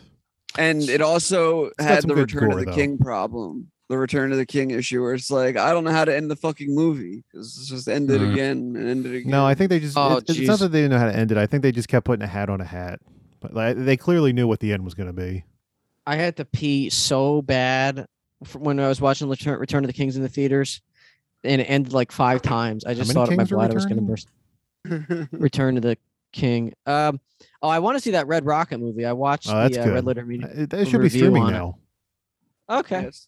and it also got had some the good Return gore, of the though. King problem, the Return of the King issue, where it's like, I don't know how to end the fucking movie. 'cause It's just ended Mm. again and ended again. Mm-hmm. No, I think they just. Oh, it's- it's not jeez. that they didn't know how to end it. I think they just kept putting a hat on a hat. But like, they clearly knew what the end was going to be. I had to pee so bad f- when I was watching Return, Return of the Kings in the theaters, and it ended like five times. I just many thought my kings are bladder was going to returning? burst. Return to the King. Um, oh, I want to see that Red Rocket movie. I watched Oh, that's the uh, good. Red Letter Media. It, a it should be review streaming on it. now. Okay. Yes.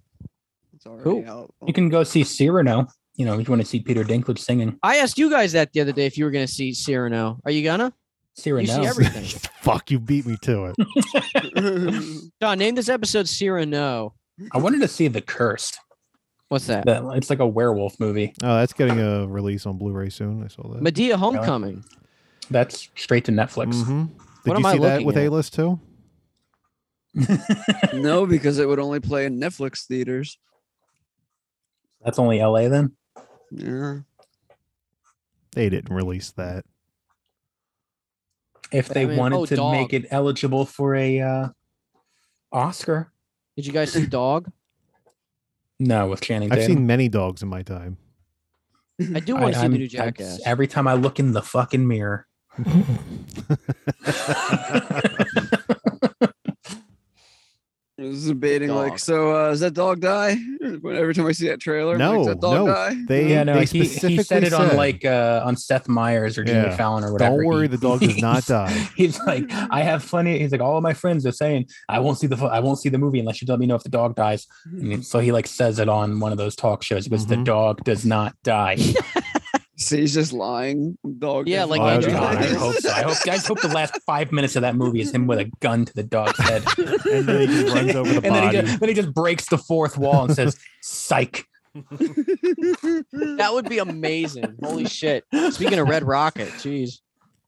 It's already Cool. out. You can go see Cyrano, you know, if you want to see Peter Dinklage singing. I asked you guys that the other day if you were going to see Cyrano. Are you gonna? Cyrano. You see everything. Fuck, you beat me to it. John, name this episode Cyrano. I wanted to see The Cursed. What's that? That It's like a werewolf movie. Oh, that's getting a release on Blu-ray soon. I saw that. Medea Homecoming. That's straight to Netflix. Mhm. Did What am you I see that looking with at? A List too? Mm-hmm. no, because it would only play in Netflix theaters. That's only LA then? Yeah. They didn't release that. if they I mean, wanted oh, to dog. make it eligible for a uh, Oscar. Did you guys see Dog? No, with Channing I've Tatum. seen many dogs in my time. I do want to see I'm- the new I'm- Jackass. every time I look in the fucking mirror. I was debating Dog. like, so uh, does that dog die? When- Every time I see that trailer, I'm like, No, does that dog no. die? They, yeah, no, they he, specifically he said it on like uh, on Seth Meyers or Jimmy Yeah. Fallon or whatever. Don't worry, He- the dog does not die. He's like, I have funny. He's like, all of my friends are saying, I won't see the, fu- I won't see the movie unless you let me know if the dog dies. Mm-hmm. And so he like says it on one of those talk shows. He goes, Mhm. Mm-hmm. the dog does not die. See, he's just lying. Dog. Yeah, doesn't like die. Oh Andrew God, I Dice. hope so. I hope, I just hope the last five minutes of that movie is him with a gun to the dog's head. And then he just runs over the And then he, body. just, then he just breaks the fourth wall and says, psych. That would be amazing. Holy shit. Speaking of Red Rocket, jeez.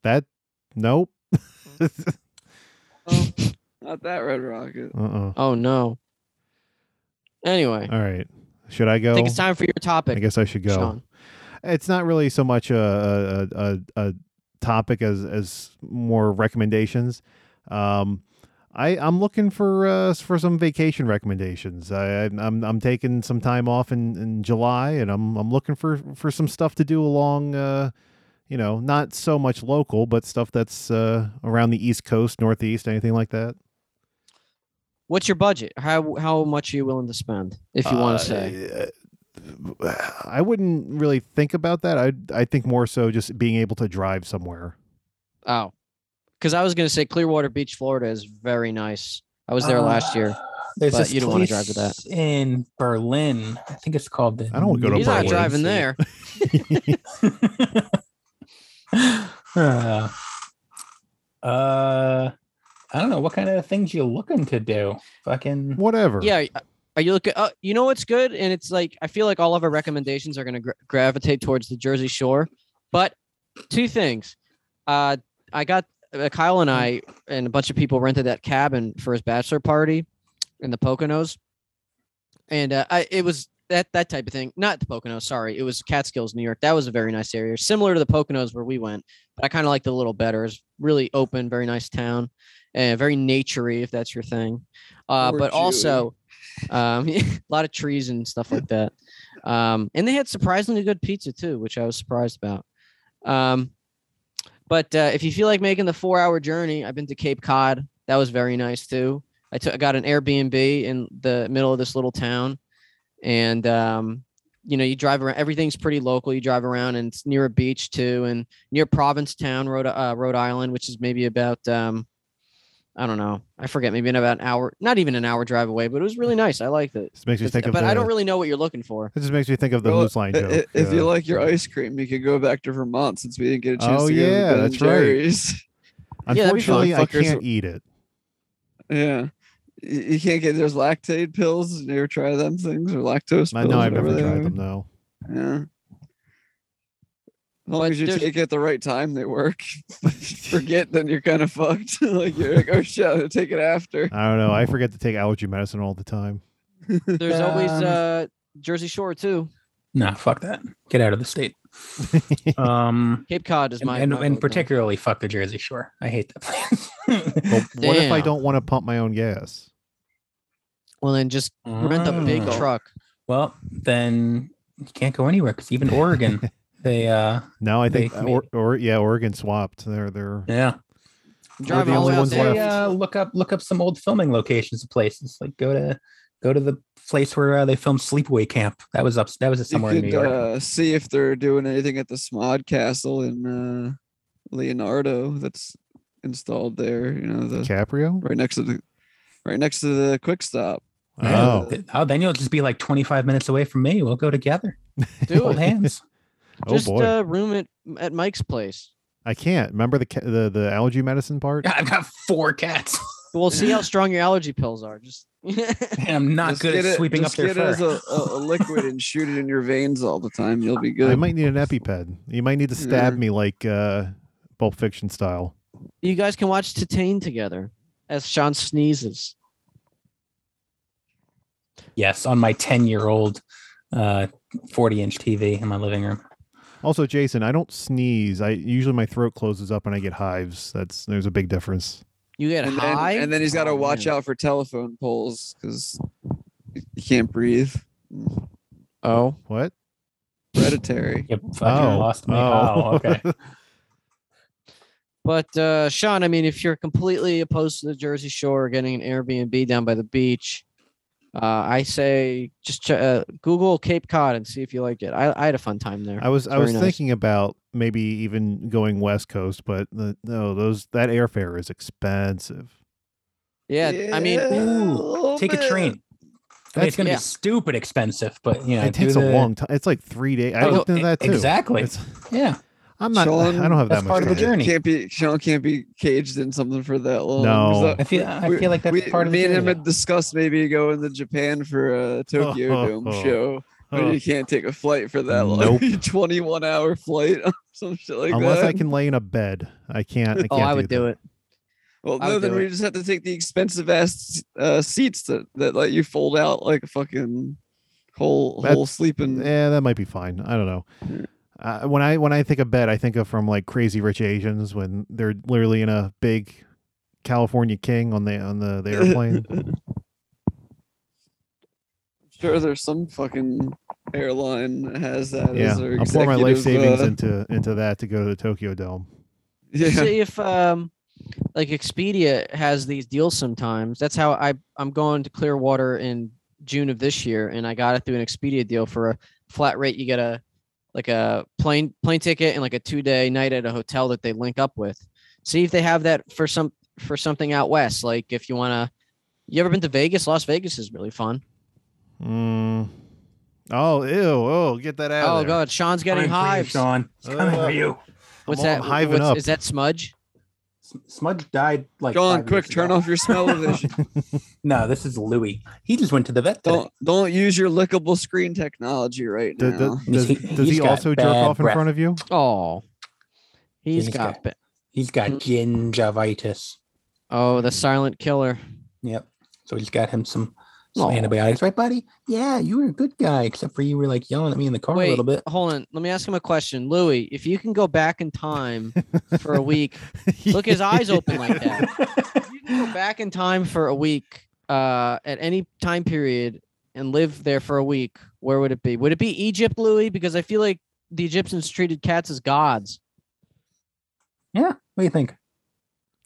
That nope. uh Not that Red Rocket. uh Oh no. Anyway, All right. Should I go? I think it's time for your topic. I guess I should go. Sean. It's not really so much a a, a, a topic as as more recommendations. Um, I I'm looking for uh, s- for some vacation recommendations. I I'm- I'm I'm taking some time off in, in July, and I'm I'm looking for for some stuff to do along. Uh, you know, not so much local, but stuff that's uh, around the East Coast, Northeast, anything like that. What's your budget? How how much are you willing to spend? If you want Uh, to say. uh, I wouldn't really think about that. I I think more so just being able to drive somewhere. Oh. Because I was gonna say Clearwater Beach, Florida is very nice. I was there Uh, last year. There's But this you don't wanna place drive to that. in Berlin. I think it's called the. I don't wanna go to He's not Berlin. driving there. uh, uh, I don't know what kind of things you looking to do. Fucking Whatever. Yeah. y- Are you looking? Uh, you know what's good, and it's like I feel like all of our recommendations are going to gra- gravitate towards the Jersey Shore, but two things. Uh, I got uh, Kyle and I and a bunch of people rented that cabin for his bachelor party in the Poconos, and uh, I, it was that that type of thing. Not the Poconos, sorry, it was Catskills, New York. That was a very nice area, similar to the Poconos where we went, but I kind of liked it a little better. It's really open, very nice town, and very naturey if that's your thing. Uh, Poor but Jew. also, um, a lot of trees and stuff like that. Um, and they had surprisingly good pizza too, which I was surprised about. Um, but uh, if you feel like making the four-hour journey, I've been to Cape Cod. That was very nice too. I took I got an Airbnb in the middle of this little town, and um, you know you drive around. Everything's pretty local. You drive around, and it's near a beach too, and near Provincetown, Rhode uh, Rhode Island, which is maybe about um, I don't know, I forget, maybe in about an hour, not even an hour drive away. But it was really nice. I liked it. This makes me It's- think of. but the, I don't really know what you're looking for. It just makes me think of the Well, Who's Line i- joke. i- If you uh, like your ice cream, you could go back to Vermont since we didn't get a chance Oh, to go to yeah, Ben and that's right. Jerry's. yeah, that'd be fun. unfortunately, I Fuckers. can't eat it. Yeah. Y- You can't get there's lactate pills. You ever try them things or lactose pills? I know I've whatever never they tried are. them. No. Yeah. As long But as you there's- take it at the right time, they work. Forget, then you're kind of fucked. like you're like, oh shit, I'll take it after. I don't know. I forget to take allergy medicine all the time. There's always Um, uh, Jersey Shore too. nah, fuck that. Get out of the state. um, Cape Cod is and, my and, my and go-to. particularly fuck the Jersey Shore. I hate that place. Well, what if I Damn. don't want to pump my own gas? Well, then just rent a big Oh. truck. Well, then you can't go anywhere because even Oregon, they uh, Now I think, Make me- or, or yeah, Oregon swapped. They're they're yeah, Drive the all only the way out ones there. They, uh, look up look up some old filming locations of places. Like go to go to the place where uh, they filmed Sleepaway Camp. That was up. That was You somewhere in New could York. uh, see if they're doing anything at the Smod Castle in uh, Leonardo that's installed there. You know, the DiCaprio. right next to the right next to the quick stop. Yeah. Oh, Th- oh, then you'll just be like 25 minutes away from me. We'll go together. Do Hold it. hands. oh Just boy, uh, room at at Mike's place. I can't remember the ca- the the allergy medicine part. I've got four cats, We'll see how strong your allergy pills are. Just and I'm not Just good at get it- sweeping up just their get it fur. as a, a, a liquid and shoot it in your veins all the time. You'll be I good. might need an EpiPen. You might need to stab Yeah. me like uh, Pulp Fiction style. you guys can watch Titane together as Sean sneezes. yes, on my 10 year old uh, 40 inch TV in my living room. Also, Jason, I don't sneeze. I usually my throat closes up and I get hives. That's there's a big difference. You get and, then, high, and then he's got to Oh, watch man. out for telephone poles because you can't breathe. Oh, What? Hereditary. You fucking Oh, lost me. oh. Oh, okay. But uh, Sean, I mean, if you're completely opposed to the Jersey Shore or getting an Airbnb down by the beach, uh, I say just ch- uh, Google Cape Cod and see if you like it. I, I had a fun time there. I was I Very was nice. thinking about maybe even going west coast, but the, no, those that airfare is expensive. yeah, I mean, Yeah, Ooh, little Take a bit. train. I mean, it's That's- going to yeah. be stupid expensive, but you know, it takes do a the- long time. It's like three days. I Oh, looked into e- that too. Exactly. It's- yeah. I'm not. Sean, I don't have that's that much part of the time. journey. Can't be Sean can't be caged in something for that long. No. I feel I we- feel like that's we, part of the me and him journey. had discussed maybe going to Japan for a Tokyo Dome show, Oh. But you can't take a flight for that long. Nope. 21 hour flight or some shit like Unless that. I can lay in a bed, I can't. I can't Oh, I would that. do it. Well, I no, would then do we it. just have to take the expensive ass uh, seats that, that let you fold out like a fucking whole whole That's- eh. sleeping. Yeah, that might be fine. I don't know. Mm. Uh, when I when I think of bed, I think of from like Crazy Rich Asians when they're literally in a big California King on the on the, the airplane. sure, there's some fucking airline that has that. yeah, as their I'll pour my life executive, savings uh, into into that to go to the Tokyo Dome. Yeah, See if um like Expedia has these deals sometimes. That's how I I'm going to Clearwater in June of this year and I got it through an Expedia deal for a flat rate you get a like a plane plane ticket and like a 2-day night at a hotel that they link up with. See if they have that for some for something out west like if you want to you ever been to Vegas? Las Vegas is really fun. Mm. Oh, ew! Oh, get that out! Oh of there. god, Sean's getting Coming for you, hives. Sean. It's coming Uh, for you. What's all that? hiving what's- up. Is that smudge? S- Smudge died like. John, five quick, minutes turn ago. off your smell of vision. No, this is Louis. He just went to the vet. Today. don't don't use your lickable screen technology right Do- now. do- does He's- does he- he, he's got also jerk bad off in breath. front of you? Oh. He's He's got got- ba- He's got gingivitis. Oh, the silent killer. Yep. So we just got him some, Aw. some antibiotics, right, buddy? Yeah, you were a good guy, except for you were like yelling at me in the car Wait, a little bit. hold on. Let me ask him a question. Louis, if you can go back in time for a week, look, his eyes open like that. If you can go back in time for a week uh, at any time period and live there for a week, where would it be? Would it be Egypt, Louis? Because I feel like the Egyptians treated cats as gods. yeah. What do you think?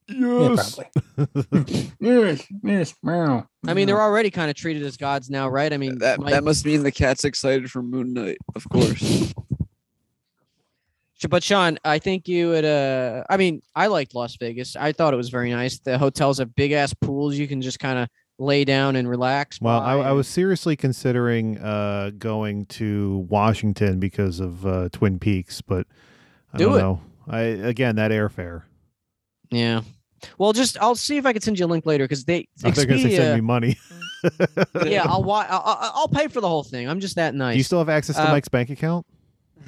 Yes. Yeah, probably. yes. Yes. Wow. I mean, they're already kind of treated as gods now, right? I mean, Mm. that Mike that must mean the cat's excited for Moon Knight, of course. Sh- But Sean, I think you would. Uh, I mean, I liked Las Vegas. I thought it was very nice. The hotels have big ass pools. You can just kind of lay down and relax. Well, by I, I and- was seriously considering uh, going to Washington because of uh, Twin Peaks, but I Do don't it. know. I again that airfare. Yeah. Well, just I'll see if I can send you a link later because they I think they send me Expedia. money. Yeah, I'll, wa- I'll I'll I'll pay for the whole thing. I'm just that Do you nice. still have access to Uh, Mike's bank account?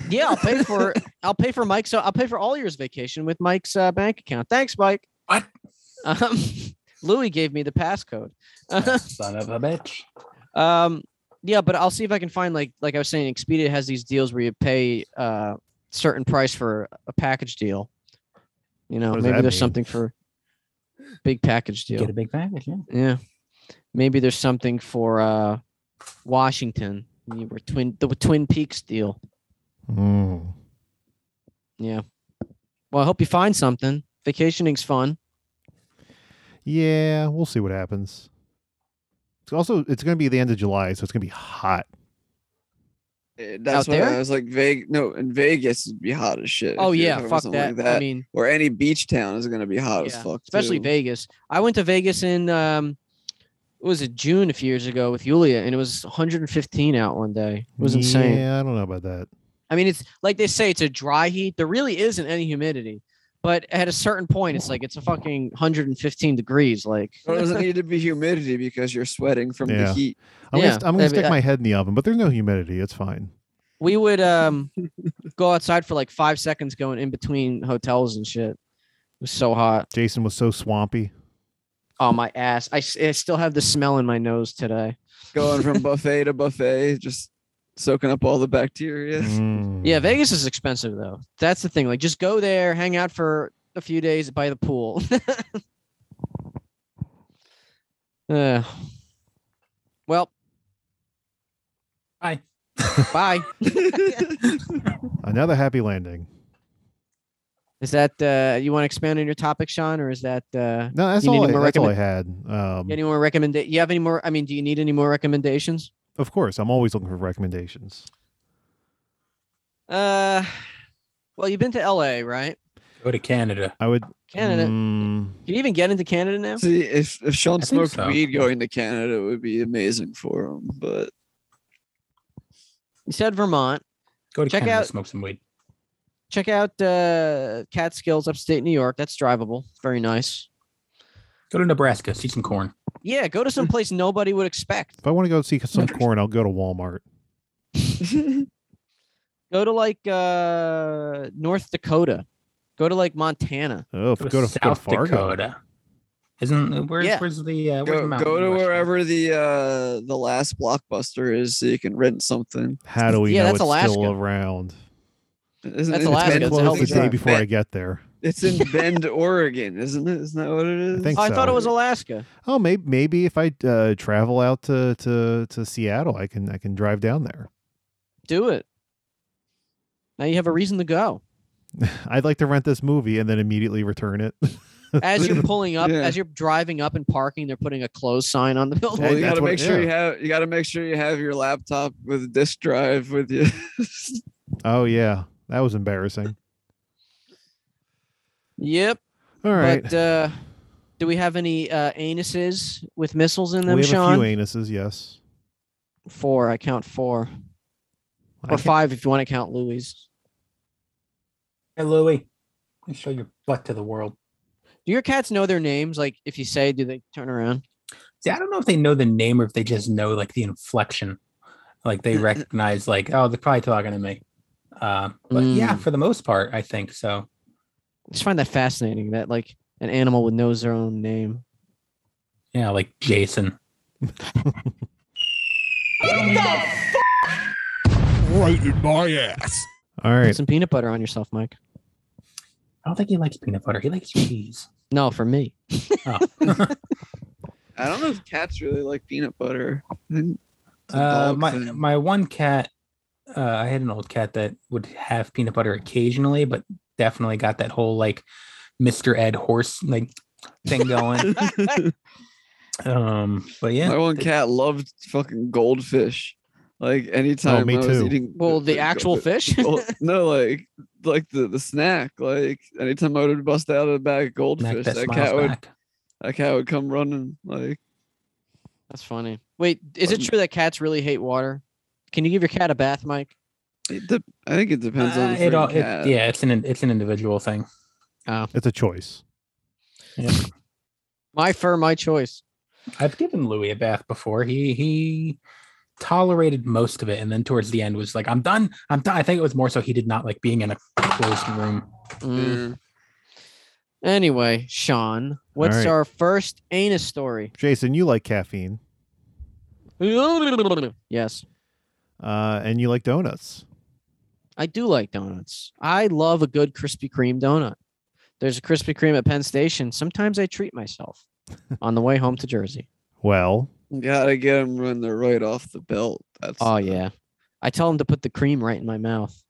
yeah, I'll pay for I'll pay for Mike's. I'll pay for all yours vacation with Mike's uh, bank account. Thanks, Mike. What? Um, Louis gave me the passcode. Son of a bitch. Um, yeah, but I'll see if I can find like like I was saying, Expedia has these deals where you pay uh certain price for a package deal. You know, What does maybe that there's mean? something for big package deal. Get a big package. Yeah. Yeah, maybe there's something for uh Washington. You were twin the Twin Peaks deal. Mm. Yeah. Well, I hope you find something. Vacationing's fun. Yeah, we'll see what happens. It's also it's going to be the end of July, so it's going to be hot. Eh, That's Out why I there? was like, Vegas. No, in Vegas it'd be hot as shit. Oh if you're yeah, talking about fuck something that. like I mean, or any beach town is gonna be hot as Yeah, fuck. especially too. Vegas. I went to Vegas in um, what was it June a few years ago with Yulia, and it was 115 out one day. It was insane. Yeah, I don't know about that. I mean, it's like they say it's a dry heat. There really isn't any humidity, but at a certain point, it's like it's a fucking 115 degrees. Like Well, It doesn't need to be humidity because you're sweating from the Yeah. heat. I'm Yeah, uh going to I'm going I to stick mean, I- my head in the oven, but there's no humidity. It's fine. we would um go outside for like five seconds, going in between hotels and shit. It was so hot. Jason was so swampy. Oh my ass! I, s- I still have the smell in my nose today. Going from buffet to buffet, just soaking up all the bacteria. Mm. Yeah, Vegas is expensive though. That's the thing. Like, just go there, hang out for a few days by the pool. uh, well, Bye. bye. Another happy landing. Is that uh, you want to expand on your topic, Sean, or is that uh, No, that's You need all. I, any more that's all I had. Um, you any more recommend? You have any more? I mean, do you need any more recommendations? of course, I'm always looking for recommendations. Uh, well, you've been to L.A., right? Go to Canada. I would. Canada. Mm, Can you even get into Canada now? See, if if Sean think smoked so. weed going to Canada, it would be amazing for him. But You said Vermont. Go to Check Canada. out- Smoke some weed. Check out uh, Catskills, upstate New York. That's drivable. Very nice. Go to Nebraska. See some corn. Mm. Yeah, go to some place nobody would expect. if I want to go see some corn, I'll go to Walmart. Go to like uh North Dakota. Go to like Montana. Oh, if It was we go to go to South Fargo. Dakota. Isn't where's Yeah. where's the uh, where's the go, mountain go to west? wherever the uh the last blockbuster is so you can rent something. How do we Yeah, know that's it's still Alaska. around? Isn't That's it Alaska, Bend- it's a Close hell of the a day drive. before I Bend- get there. It's in Bend, Oregon, isn't it? Isn't that what it is? think Oh, I so. thought it was Alaska. Oh, maybe maybe if I uh, travel out to, to to Seattle, I can I can drive down there. Do it. Now you have a reason to go. I'd like to rent this movie and then immediately return it. As you're pulling up, Yeah. as you're driving up and parking, they're putting a closed sign on the building. Well, Hey, you that's gotta what- make sure you yeah. have you gotta make sure you have your laptop with a disk drive with you. oh yeah, that was embarrassing. Yep. All right, But uh, do we have any uh, anuses with missiles in them, we have Sean? a few anuses. Yes, four. I count four I or can't- five if you want to count Louis. Hey Louie, let me show your butt to the world. Do your cats know their names? Like if you say, do they turn around? See, I don't know if they know the name or if they just know like the inflection, like Uh, they recognize like oh they're probably talking to me. Uh, but yeah, Hmm. Mm. for the most part, I think so. I just find that fascinating that like an animal would knows their own name. Yeah, like Jason. Right in my ass. All Put right, some peanut butter on yourself, Mike. I don't think he likes peanut butter. He likes cheese. No, for me. I don't know if cats really like peanut butter. I think it's a Uh, dog my thing. my one cat, uh, I had an old cat that would have peanut butter occasionally, but definitely got that whole like Mr. Ed horse like thing going. um, but yeah, My one cat loved fucking goldfish. Oh, Like anytime me I was too. eating Well, the actual goldfish. fish. Well, no, like like the, the snack. Like anytime I would bust out a bag of Mac goldfish, that that smiles cat would back. that cat would come running. Like That's funny. Wait, is it Um, true that cats really hate water? Can you give your cat a bath, Mike? it de- I think it depends on Uh, the it all, freaking it- cat. yeah, it's an it's an individual thing. it's a choice. My fur, my choice. I've given Louis a bath before. He he tolerated most of it, and then towards the end was like, "I'm done. I'm done." I think it was more so he did not like being in a closed room. Mm. Anyway, Sean, what's right. our first anus story? Jason, you like caffeine, yes, uh, and you like donuts. I do like donuts. I love a good Krispy Kreme donut. There's a Krispy Kreme at Penn Station. Sometimes I treat myself on the way home to Jersey. Well, You Gotta get them when they're right off the belt. Ah, That's Oh the- yeah, I tell them to put the cream right in my mouth.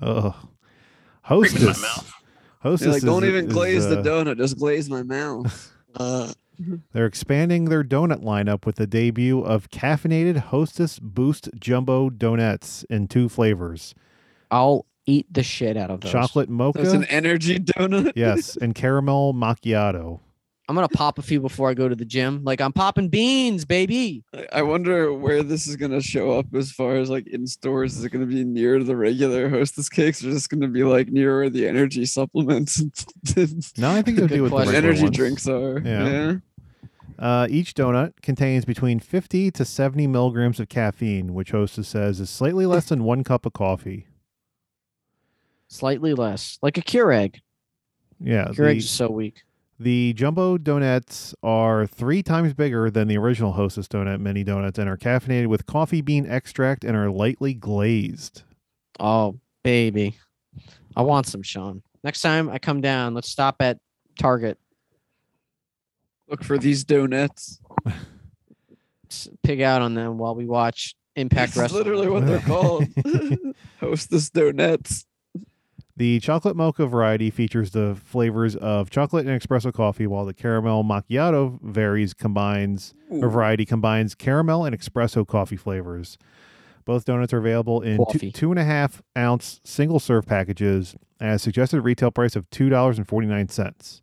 ugh. hostess, mouth. hostess. They're like, don't is- even is, glaze uh, the donut, just glaze my mouth. Uh, They're expanding their donut lineup with the debut of caffeinated Hostess Boost Jumbo Donuts in two flavors I'll eat the shit out of those. chocolate so it's an mocha. energy donut. yes, and caramel macchiato. I'm gonna pop a few before I go to the gym. Like I'm popping beans, baby. I- I wonder where this is gonna show up as far as like in stores. Is it gonna be near the regular Hostess cakes, or is it gonna be like near where the energy supplements and No, I think they'll Good do with the question. regular energy ones. drinks are? Yeah. Uh, each donut contains between 50 to 70 milligrams of caffeine, which Hostess says is slightly less than one cup of coffee. Slightly less, like a Keurig. Yeah, Keurig's the, is so weak. the jumbo donuts are three times bigger than the original Hostess donut mini donuts and are caffeinated with coffee bean extract and are lightly glazed. Oh, baby. I want some, Sean. Next time I come down, let's stop at Target, Look for these donuts. s- pig out on them while we watch Impact That's Wrestling. literally what they're called. Hostess donuts. The chocolate mocha variety features the flavors of chocolate and espresso coffee, while the caramel macchiato varies combines or variety combines caramel and espresso coffee flavors. Both donuts are available in two, Coffee. two and a half ounce single serve packages at a suggested retail price of two dollars and forty nine cents.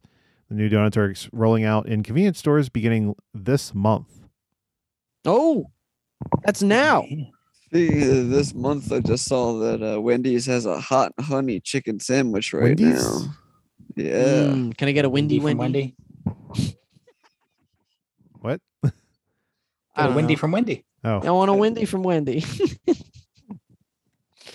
The new donuts are ex- rolling out in convenience stores beginning this month. Oh, that's now. Speaking of this month, I just saw that uh, Wendy's has a hot honey chicken sandwich right Wendy's? now. Yeah. Mm, can I get a windy from Wendy? Wendy. What? I Get a don't Wendy know. from Wendy. Oh, I want a windy from Wendy. Hmm.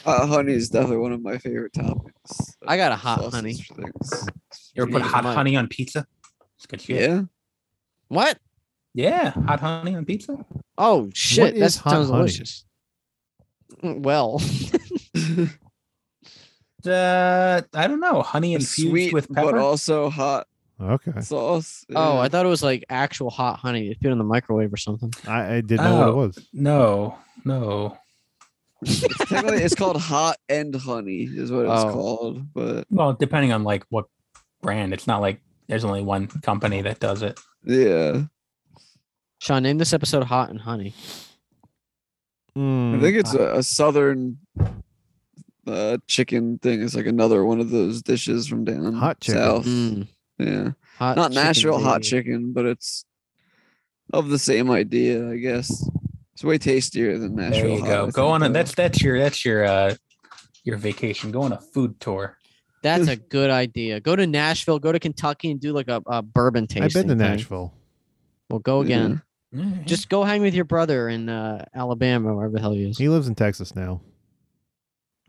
Uh, honey is definitely one of my favorite topics. I got a hot Sausage honey. things. You ever put Yeah, hot mine. honey on pizza? It's good shit. Yeah. What? Yeah, hot honey on pizza. Oh shit! That is hot sounds honey? delicious. Mm, Well, Uh, I don't know, honey It's infused Sweet, with but pepper. also hot Okay. sauce. oh, yeah. I thought it was like actual hot honey. It's been in the microwave or something. I, I didn't know what Oh. it was. no, no. It's technically it's called hot and honey is what it's Oh. called. But Well, depending on like what brand, it's not like there's only one company that does it. yeah, Sean, name this episode "Hot and Honey." I Hmm. Mm, think it's a, a southern uh, chicken thing. It's like another one of those dishes from down Hot chicken. south. Mm, Yeah, hot not chicken Nashville hot baby. chicken, but it's of the same idea, I guess. It's way tastier than Nashville. There you hot, go. I Go think, on. A, though. that's that's your that's your uh your vacation. Go on a food tour. That's a good idea. Go to Nashville. Go to Kentucky and do like a, a bourbon tasting. I've been to thing. Nashville. Well, go Yeah. again. Just go hang with your brother in uh, Alabama, wherever the hell he is. He lives in Texas now.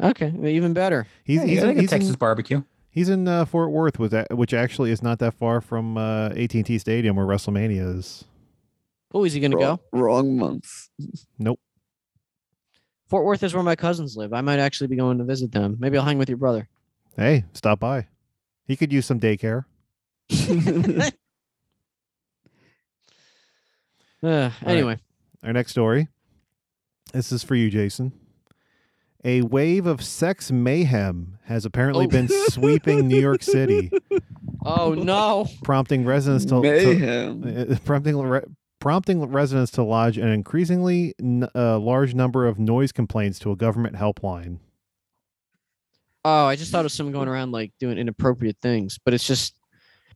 Okay, well, even better. He's Yeah, you he's, gotta in, get he's, Texas in, barbecue. he's in uh, Fort Worth, with that, which actually is not that far from uh, AT&T Stadium where WrestleMania is. Oh, is he gonna Wrong, go? wrong month. Fort Worth is where my cousins live. I might actually be going to visit them. Maybe I'll hang with your brother. Hey, stop by. He could use some daycare. Uh, anyway, Our next story. This is for you, Jason. A wave of sex mayhem has apparently Oh. been sweeping New York City, oh no, prompting residents to, to Mayhem. uh, prompting re- prompting residents to lodge an increasingly n- uh, large number of noise complaints to a government helpline. oh, I just thought of someone going around like doing inappropriate things, but it's just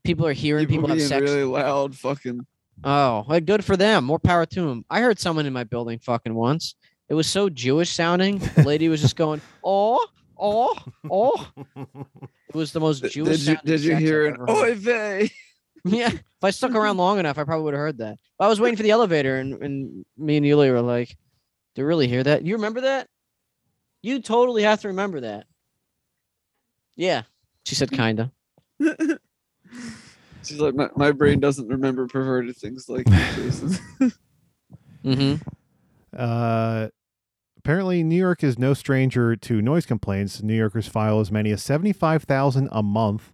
people are hearing people, have being sex. really loud. Fucking Oh, well, good for them. More power to them. I heard someone in my building fucking once. It was so Jewish sounding. The lady was just going, oh, oh, oh. It was the most Th- Jewish. Did you, sounding did you sex I've hear an ever heard. oy vey? Yeah. If I stuck around long enough, I probably would have heard that. I was waiting for the elevator, and, and me and Yulia were like, "Do you really hear that? You remember that? You totally have to remember that." Yeah, she said, "Kinda." She's like, my, my brain doesn't remember perverted things like that, Jason." Mm-hmm. Uh, apparently, New York is no stranger to noise complaints. New Yorkers file as many as 75,000 a month,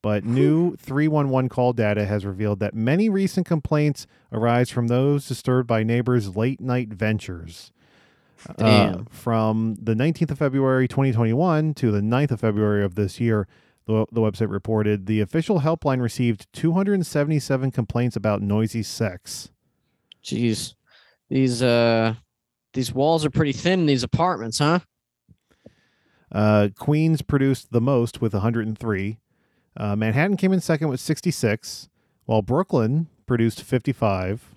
but new 311 call data has revealed that many recent complaints arise from those disturbed by neighbors' late night ventures. Uh, Damn. from the 19th of February 2021 to the 9th of February of this year, the, the website reported the official helpline received 277 complaints about noisy sex. Jeez, these uh, these walls are pretty thin in these apartments, huh? Uh, Queens produced the most with 103. Uh, Manhattan came in second with 66, while Brooklyn produced 55.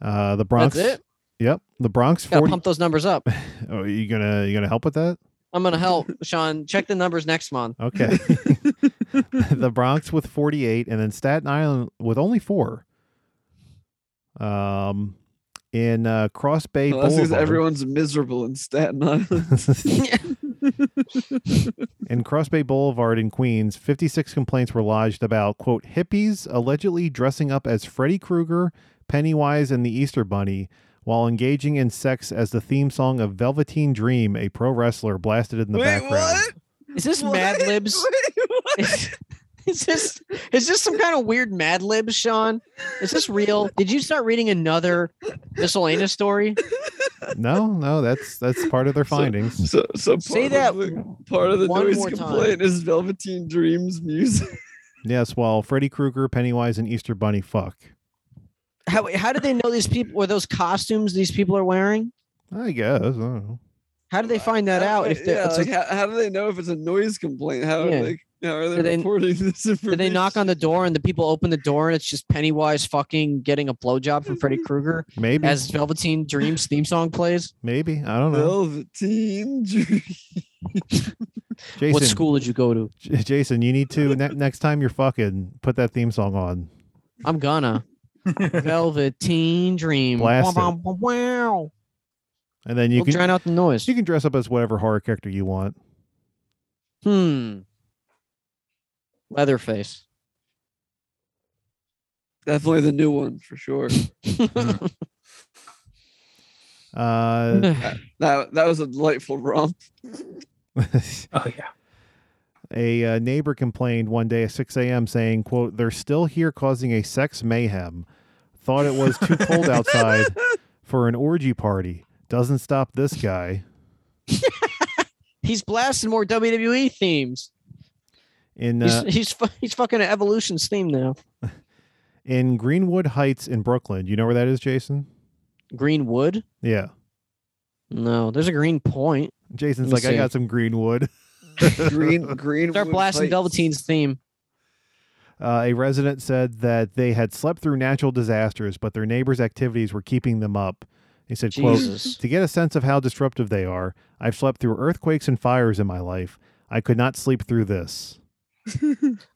Uh, the Bronx. it? Yep, the Bronx Gotta 40. pump those numbers up. Oh, are you gonna you gonna help with that? I'm gonna help Sean check the numbers next month. Okay. the Bronx with 48, and then Staten Island with only four. Um, in uh, Cross Bay Well, that's because Boulevard. everyone's miserable in Staten Island. In Cross Bay Boulevard in Queens, 56 complaints were lodged about, quote, hippies allegedly dressing up as Freddy Krueger, Pennywise, and the Easter Bunny while engaging in sex as the theme song of Velveteen Dream, a pro wrestler blasted in the Wait, background. what? Is this What? Mad Libs? Wait, what? is, is this is this some kind of weird Mad Lib, Sean? Is this real? Did you start reading another miscellaneous story? No, no, that's that's part of their So- findings. So, so part Say of that the- part of the one noise more time. complaint is Velveteen Dreams music. Yes, while Freddy Krueger, Pennywise, and Easter Bunny fuck. How how did they know these people or those costumes these people are wearing? I guess. I don't know. How did they find that out? If they yeah, it's like, like, how, how do they know if it's a noise complaint? How Yeah. are they? How are Do they they- reporting this information? did they knock on the door and the people open the door and it's just Pennywise fucking getting a blowjob from Freddy Krueger Maybe. as Velveteen Dreams theme song plays? maybe. I don't know. Velveteen Dreams. Jason, What school did you go to? J- Jason, you need to ne- next time you're fucking put that theme song on. I'm gonna Velveteen Dream. Blast Wow, wow, wow. and then you we'll can drown out the noise. you can dress up as whatever horror character you want. Hmm. Leatherface. Definitely the new one for sure. Uh, That that was a delightful romp. Oh yeah. a uh, neighbor complained one day at 6 a.m. saying, "quote They're still here causing a sex mayhem. Thought it was too cold outside for an orgy party. Doesn't stop this guy." he's blasting more WWE themes. In He's uh, he's fu- he's fucking an evolution's theme now. in Greenwood Heights in Brooklyn, you know where that is, Jason? Greenwood? Yeah, No, there's a green point. Jason's Let me like, "I see. got some Greenwood." Green green. Start blasting Velveteen's theme. Uh, a resident said that they had slept through natural disasters, but their neighbors' activities were keeping them up. He said, quote, Jesus. To get a sense of how disruptive they are, I've slept through earthquakes and fires in my life. I could not sleep through this.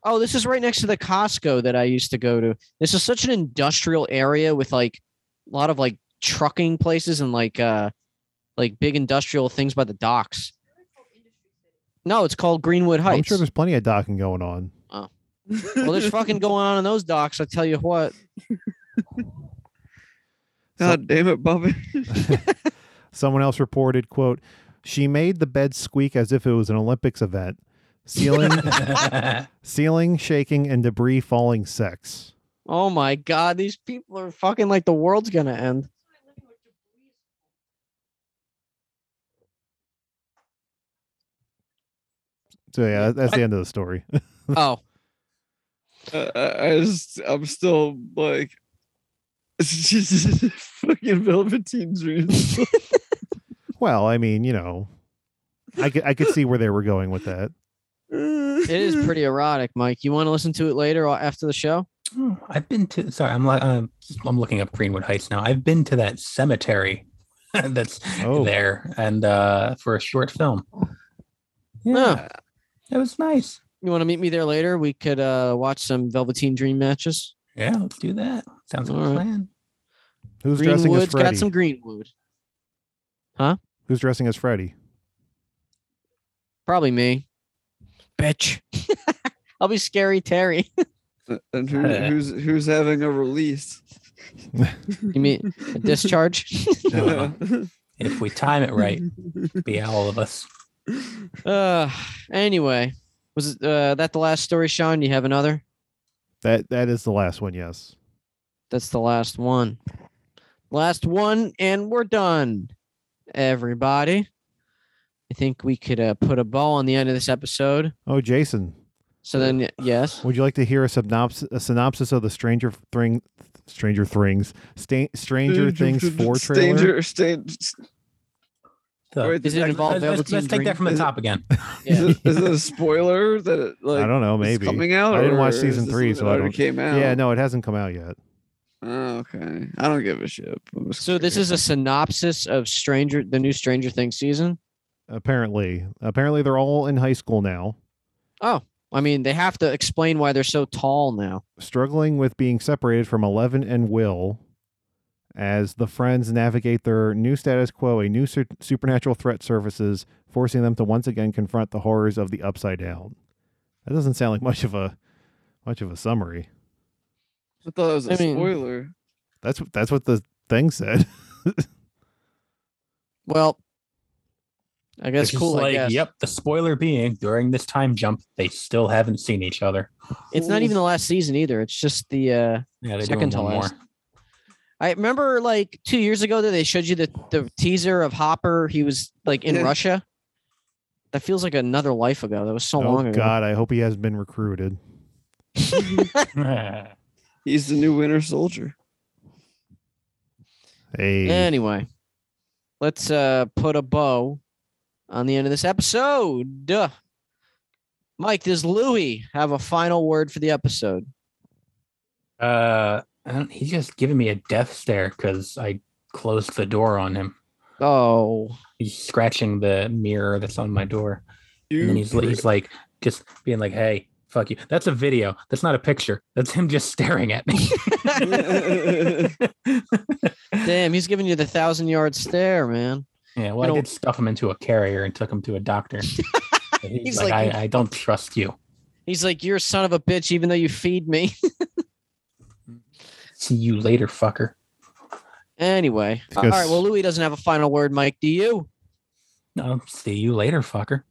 Oh, this is right next to the Costco that I used to go to. This is such an industrial area with like a lot of like trucking places and like uh like big industrial things by the docks. No, it's called Greenwood Heights. I'm sure there's plenty of docking going on. well, there's fucking going on in those docks. I tell you what. God damn it, Bubba. Someone else reported, quote, She made the bed squeak as if it was an Olympics event. Ceiling, ceiling shaking, and debris falling sex. Oh my god, these people are fucking like the world's gonna end. So yeah, that's the end of the story. Oh, Uh, I I just I'm still like it's just fucking Velveteen dreams. Well, I mean, you know, I could I could see where they were going with that. it it is pretty erotic, Mike. You want to listen to it later or after the show? Oh, I've been to. Sorry, I'm like uh, I'm looking up Greenwood Heights now. I've been to that cemetery that's Oh. there, and uh, for a short film. No. it was nice. You want to meet me there later? We could uh watch some Velveteen Dream matches. Yeah, let's do that. Sounds like All a right. plan. Who's dressing as Greenwood's Freddy? got some Greenwood. Who's dressing as Freddy? Probably me. Bitch. I'll be scary Terry. And who, Uh. who's who's having a release? You mean a discharge? Uh, if we time it right, be all of us. uh anyway. Was uh, that the last story, Sean? Do you have another? That that is the last one. Yes. That's the last one. Last one, and we're done. Everybody. I think we could uh, put a bow on the end of this episode. Oh, Jason, So then, yes. would you like to hear a synopsis, a synopsis of the Stranger Thing, Stranger Things, Sta- Stranger Things four Stranger, trailer? stan- So, Wait, Does it involve let's, let's- let's Velveteen take Dream? that from the top again. Is, Yeah. it, is it a spoiler that it, like I don't know. is Maybe. coming out? I didn't watch or season is this three, something so I that already don't- came out. Yeah, no, it hasn't come out yet. Oh, okay, I don't give a shit. I'm just So this curious. is a synopsis of Stranger, the new Stranger Things season. Apparently, apparently they're all in high school now, I mean, they have to explain why they're so tall now. struggling with being separated from Eleven and Will, as the friends navigate their new status quo. A new su- supernatural threat surfaces, forcing them to once again confront the horrors of the Upside Down. That doesn't sound like much of a much of a summary. I thought it was a I mean- spoiler. That's what that's what the thing said. Well, I guess It's just cool. I Like, guess. yep. The spoiler being during this time jump, they still haven't seen each other. It's not even the last season either. It's just the. uh Yeah, they're Second doing to one last. more. I remember like two years ago that they showed you the the teaser of Hopper. He was like in Yeah. Russia. That feels like another life ago. That was so long oh ago. God, I hope he hasn't been recruited. He's the new Winter Soldier. Hey, Anyway, let's uh put a bow on the end of this episode. Duh. Mike, does Louie have a final word for the episode? Uh, I don't- he's just giving me a death stare because I closed the door on him. Oh. He's scratching the mirror that's on my door, and then You he's he's like just being like, "Hey, fuck you." That's a video. That's not a picture. That's him just staring at me. prick. Damn, he's giving you the thousand yard stare, man. Yeah, well, You I, know- did stuff him into a carrier and took him to a doctor. But he's, He's like, like- I, I don't trust you. He's like, you're a son of a bitch, even though you feed me. See you later, fucker. anyway, all right. Well, Louis doesn't have a final word. Mike, do you? No, see you later, fucker.